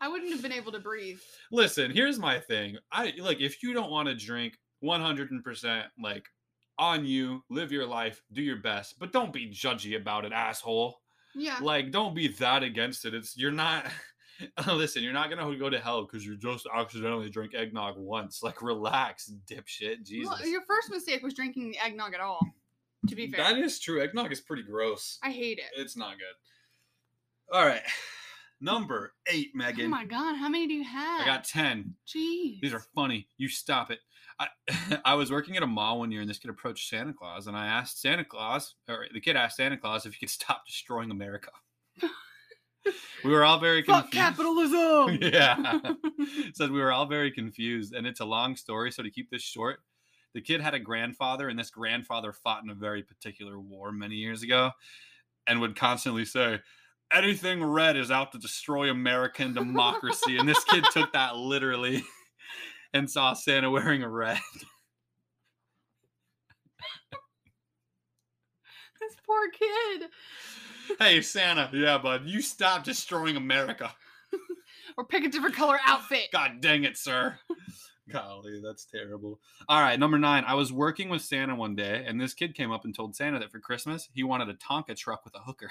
Speaker 2: I wouldn't have been able to breathe.
Speaker 1: Listen, here's my thing. I like if you don't want to drink 100%, like on you, live your life, do your best, but don't be judgy about it, asshole.
Speaker 2: Yeah.
Speaker 1: Like, don't be that against it. It's you're not. (laughs) Listen, you're not gonna go to hell because you just accidentally drink eggnog once. Like, relax, dipshit. Jesus.
Speaker 2: Well, your first mistake was drinking the eggnog at all, to be fair.
Speaker 1: That is true. Eggnog is pretty gross.
Speaker 2: I hate it.
Speaker 1: It's not good. All right. (sighs) Number eight,
Speaker 2: Oh
Speaker 1: Megan.
Speaker 2: my God, how many do you have?
Speaker 1: I got 10.
Speaker 2: Jeez.
Speaker 1: These are funny. You stop it. I, (laughs) I was working at a mall one year and this kid approached Santa Claus and I asked Santa Claus, or the kid asked Santa Claus if he could stop destroying
Speaker 2: (laughs)
Speaker 1: America. we were all very
Speaker 2: Fuck
Speaker 1: confused.
Speaker 2: capitalism.
Speaker 1: (laughs) yeah. Said we were all very confused, and it's a long story. So to keep this short, the kid had a grandfather, and this grandfather fought in a very particular war many years ago, and would constantly say, "Anything red is out to destroy American democracy." and this kid took that literally, (laughs) and saw Santa wearing a red. (laughs)
Speaker 2: this poor kid.
Speaker 1: hey, Santa, yeah, bud, you stop destroying America.
Speaker 2: Or pick a different color outfit.
Speaker 1: (laughs) God dang it, sir. (laughs) Golly, that's terrible. All right, number nine. I was working with Santa one day, and this kid came up and told Santa that for Christmas, he wanted a Tonka truck with a hooker.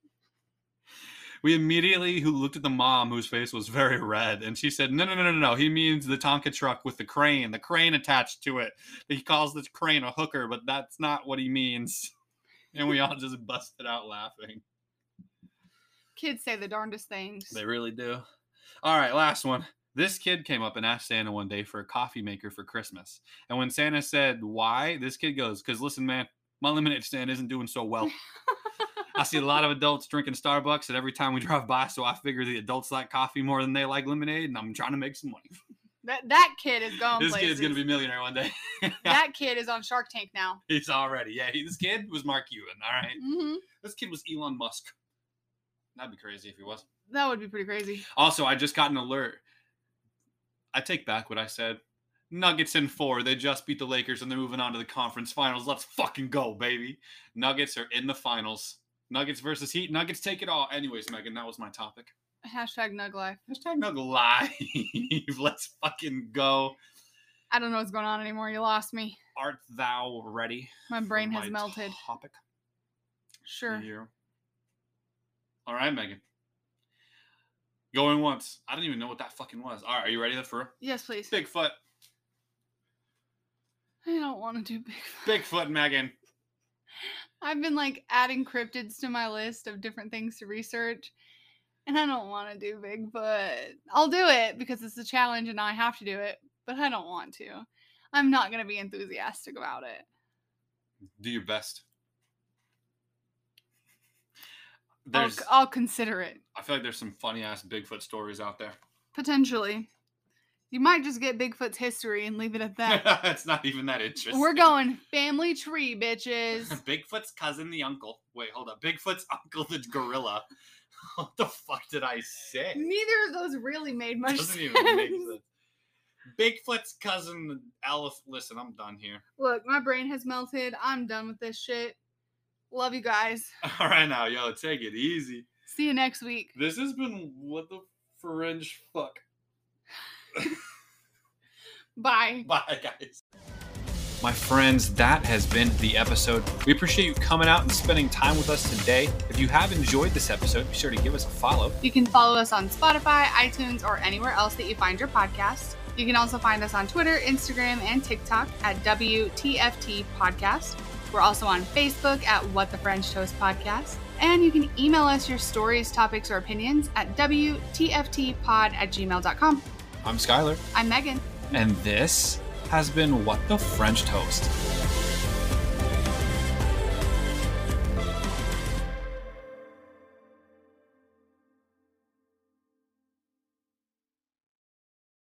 Speaker 1: (laughs) we immediately who looked at the mom, whose face was very red, and she said, No, no, no, no, no. He means the Tonka truck with the crane, the crane attached to it. He calls this crane a hooker, but that's not what he means. (laughs) And we all just busted out laughing.
Speaker 2: Kids say the darndest things.
Speaker 1: They really do. All right, last one. This kid came up and asked Santa one day for a coffee maker for Christmas. And when Santa said why, this kid goes, Because listen, man, my lemonade stand isn't doing so well. I see a lot of adults drinking Starbucks, and every time we drive by, so I figure the adults like coffee more than they like lemonade, and I'm trying to make some money.
Speaker 2: That that kid is gone
Speaker 1: this
Speaker 2: places.
Speaker 1: kid's going to be a millionaire one day. (laughs)
Speaker 2: (laughs) that kid is on Shark Tank now.
Speaker 1: He's already. Yeah, he, this kid was Mark Cuban. All right.
Speaker 2: hmm
Speaker 1: This kid was Elon Musk. That'd be crazy if he was.
Speaker 2: That would be pretty crazy.
Speaker 1: Also, I just got an alert. I take back what I said. Nuggets in four. They just beat the Lakers and they're moving on to the conference finals. Let's fucking go, baby. Nuggets are in the finals. Nuggets versus Heat. Nuggets take it all. Anyways, Megan, that was my topic.
Speaker 2: Hashtag Nug Life.
Speaker 1: Hashtag Nug Live. (laughs) Let's fucking go.
Speaker 2: I don't know what's going on anymore. You lost me.
Speaker 1: Art thou ready?
Speaker 2: My
Speaker 1: for
Speaker 2: brain
Speaker 1: my
Speaker 2: has melted.
Speaker 1: Topic
Speaker 2: Sure.
Speaker 1: here. All right, Megan. Going once. I don't even know what that fucking was. All right, are you ready for real?
Speaker 2: Yes, please.
Speaker 1: Bigfoot?
Speaker 2: I don't want to do big.
Speaker 1: Bigfoot, Megan.
Speaker 2: I've been like adding cryptids to my list of different things to research, and I don't want to do Bigfoot. I'll do it because it's a challenge and I have to do it, but I don't want to. I'm not going to be enthusiastic about it.
Speaker 1: Do your best.
Speaker 2: I'll,
Speaker 1: There's,
Speaker 2: c- I'll consider it
Speaker 1: I feel like there's some funny ass Bigfoot stories out there.
Speaker 2: potentially. You might just get Bigfoot's history and leave it at that.
Speaker 1: (laughs) it's not even that interesting.
Speaker 2: We're going family tree, bitches.
Speaker 1: (laughs) Bigfoot's cousin, the uncle. Wait, hold up. Bigfoot's uncle, the gorilla. (laughs) what the fuck did I say?
Speaker 2: Neither of those really made much
Speaker 1: Doesn't
Speaker 2: sense.
Speaker 1: even make sense. Bigfoot's cousin, the elephant. Listen, I'm done here. (laughs)
Speaker 2: Look, my brain has melted. I'm done with this shit. Love you guys.
Speaker 1: All right, now, yo, take it easy.
Speaker 2: See you next week.
Speaker 1: This has been what the fringe fuck.
Speaker 2: Bye.
Speaker 1: (laughs) Bye, guys. My friends, that has been the episode. We appreciate you coming out and spending time with us today. If you have enjoyed this episode, be sure to give us a follow.
Speaker 2: You can follow us on Spotify, iTunes, or anywhere else that you find your podcast. You can also find us on Twitter, Instagram, and TikTok at WTFT Podcast. We're also on Facebook at What the French Toast Podcast. And you can email us your stories, topics, or opinions at WTFTpod at gmail.com.
Speaker 1: I'm Skylar.
Speaker 2: I'm Megan.
Speaker 1: and this has been What the French Toast.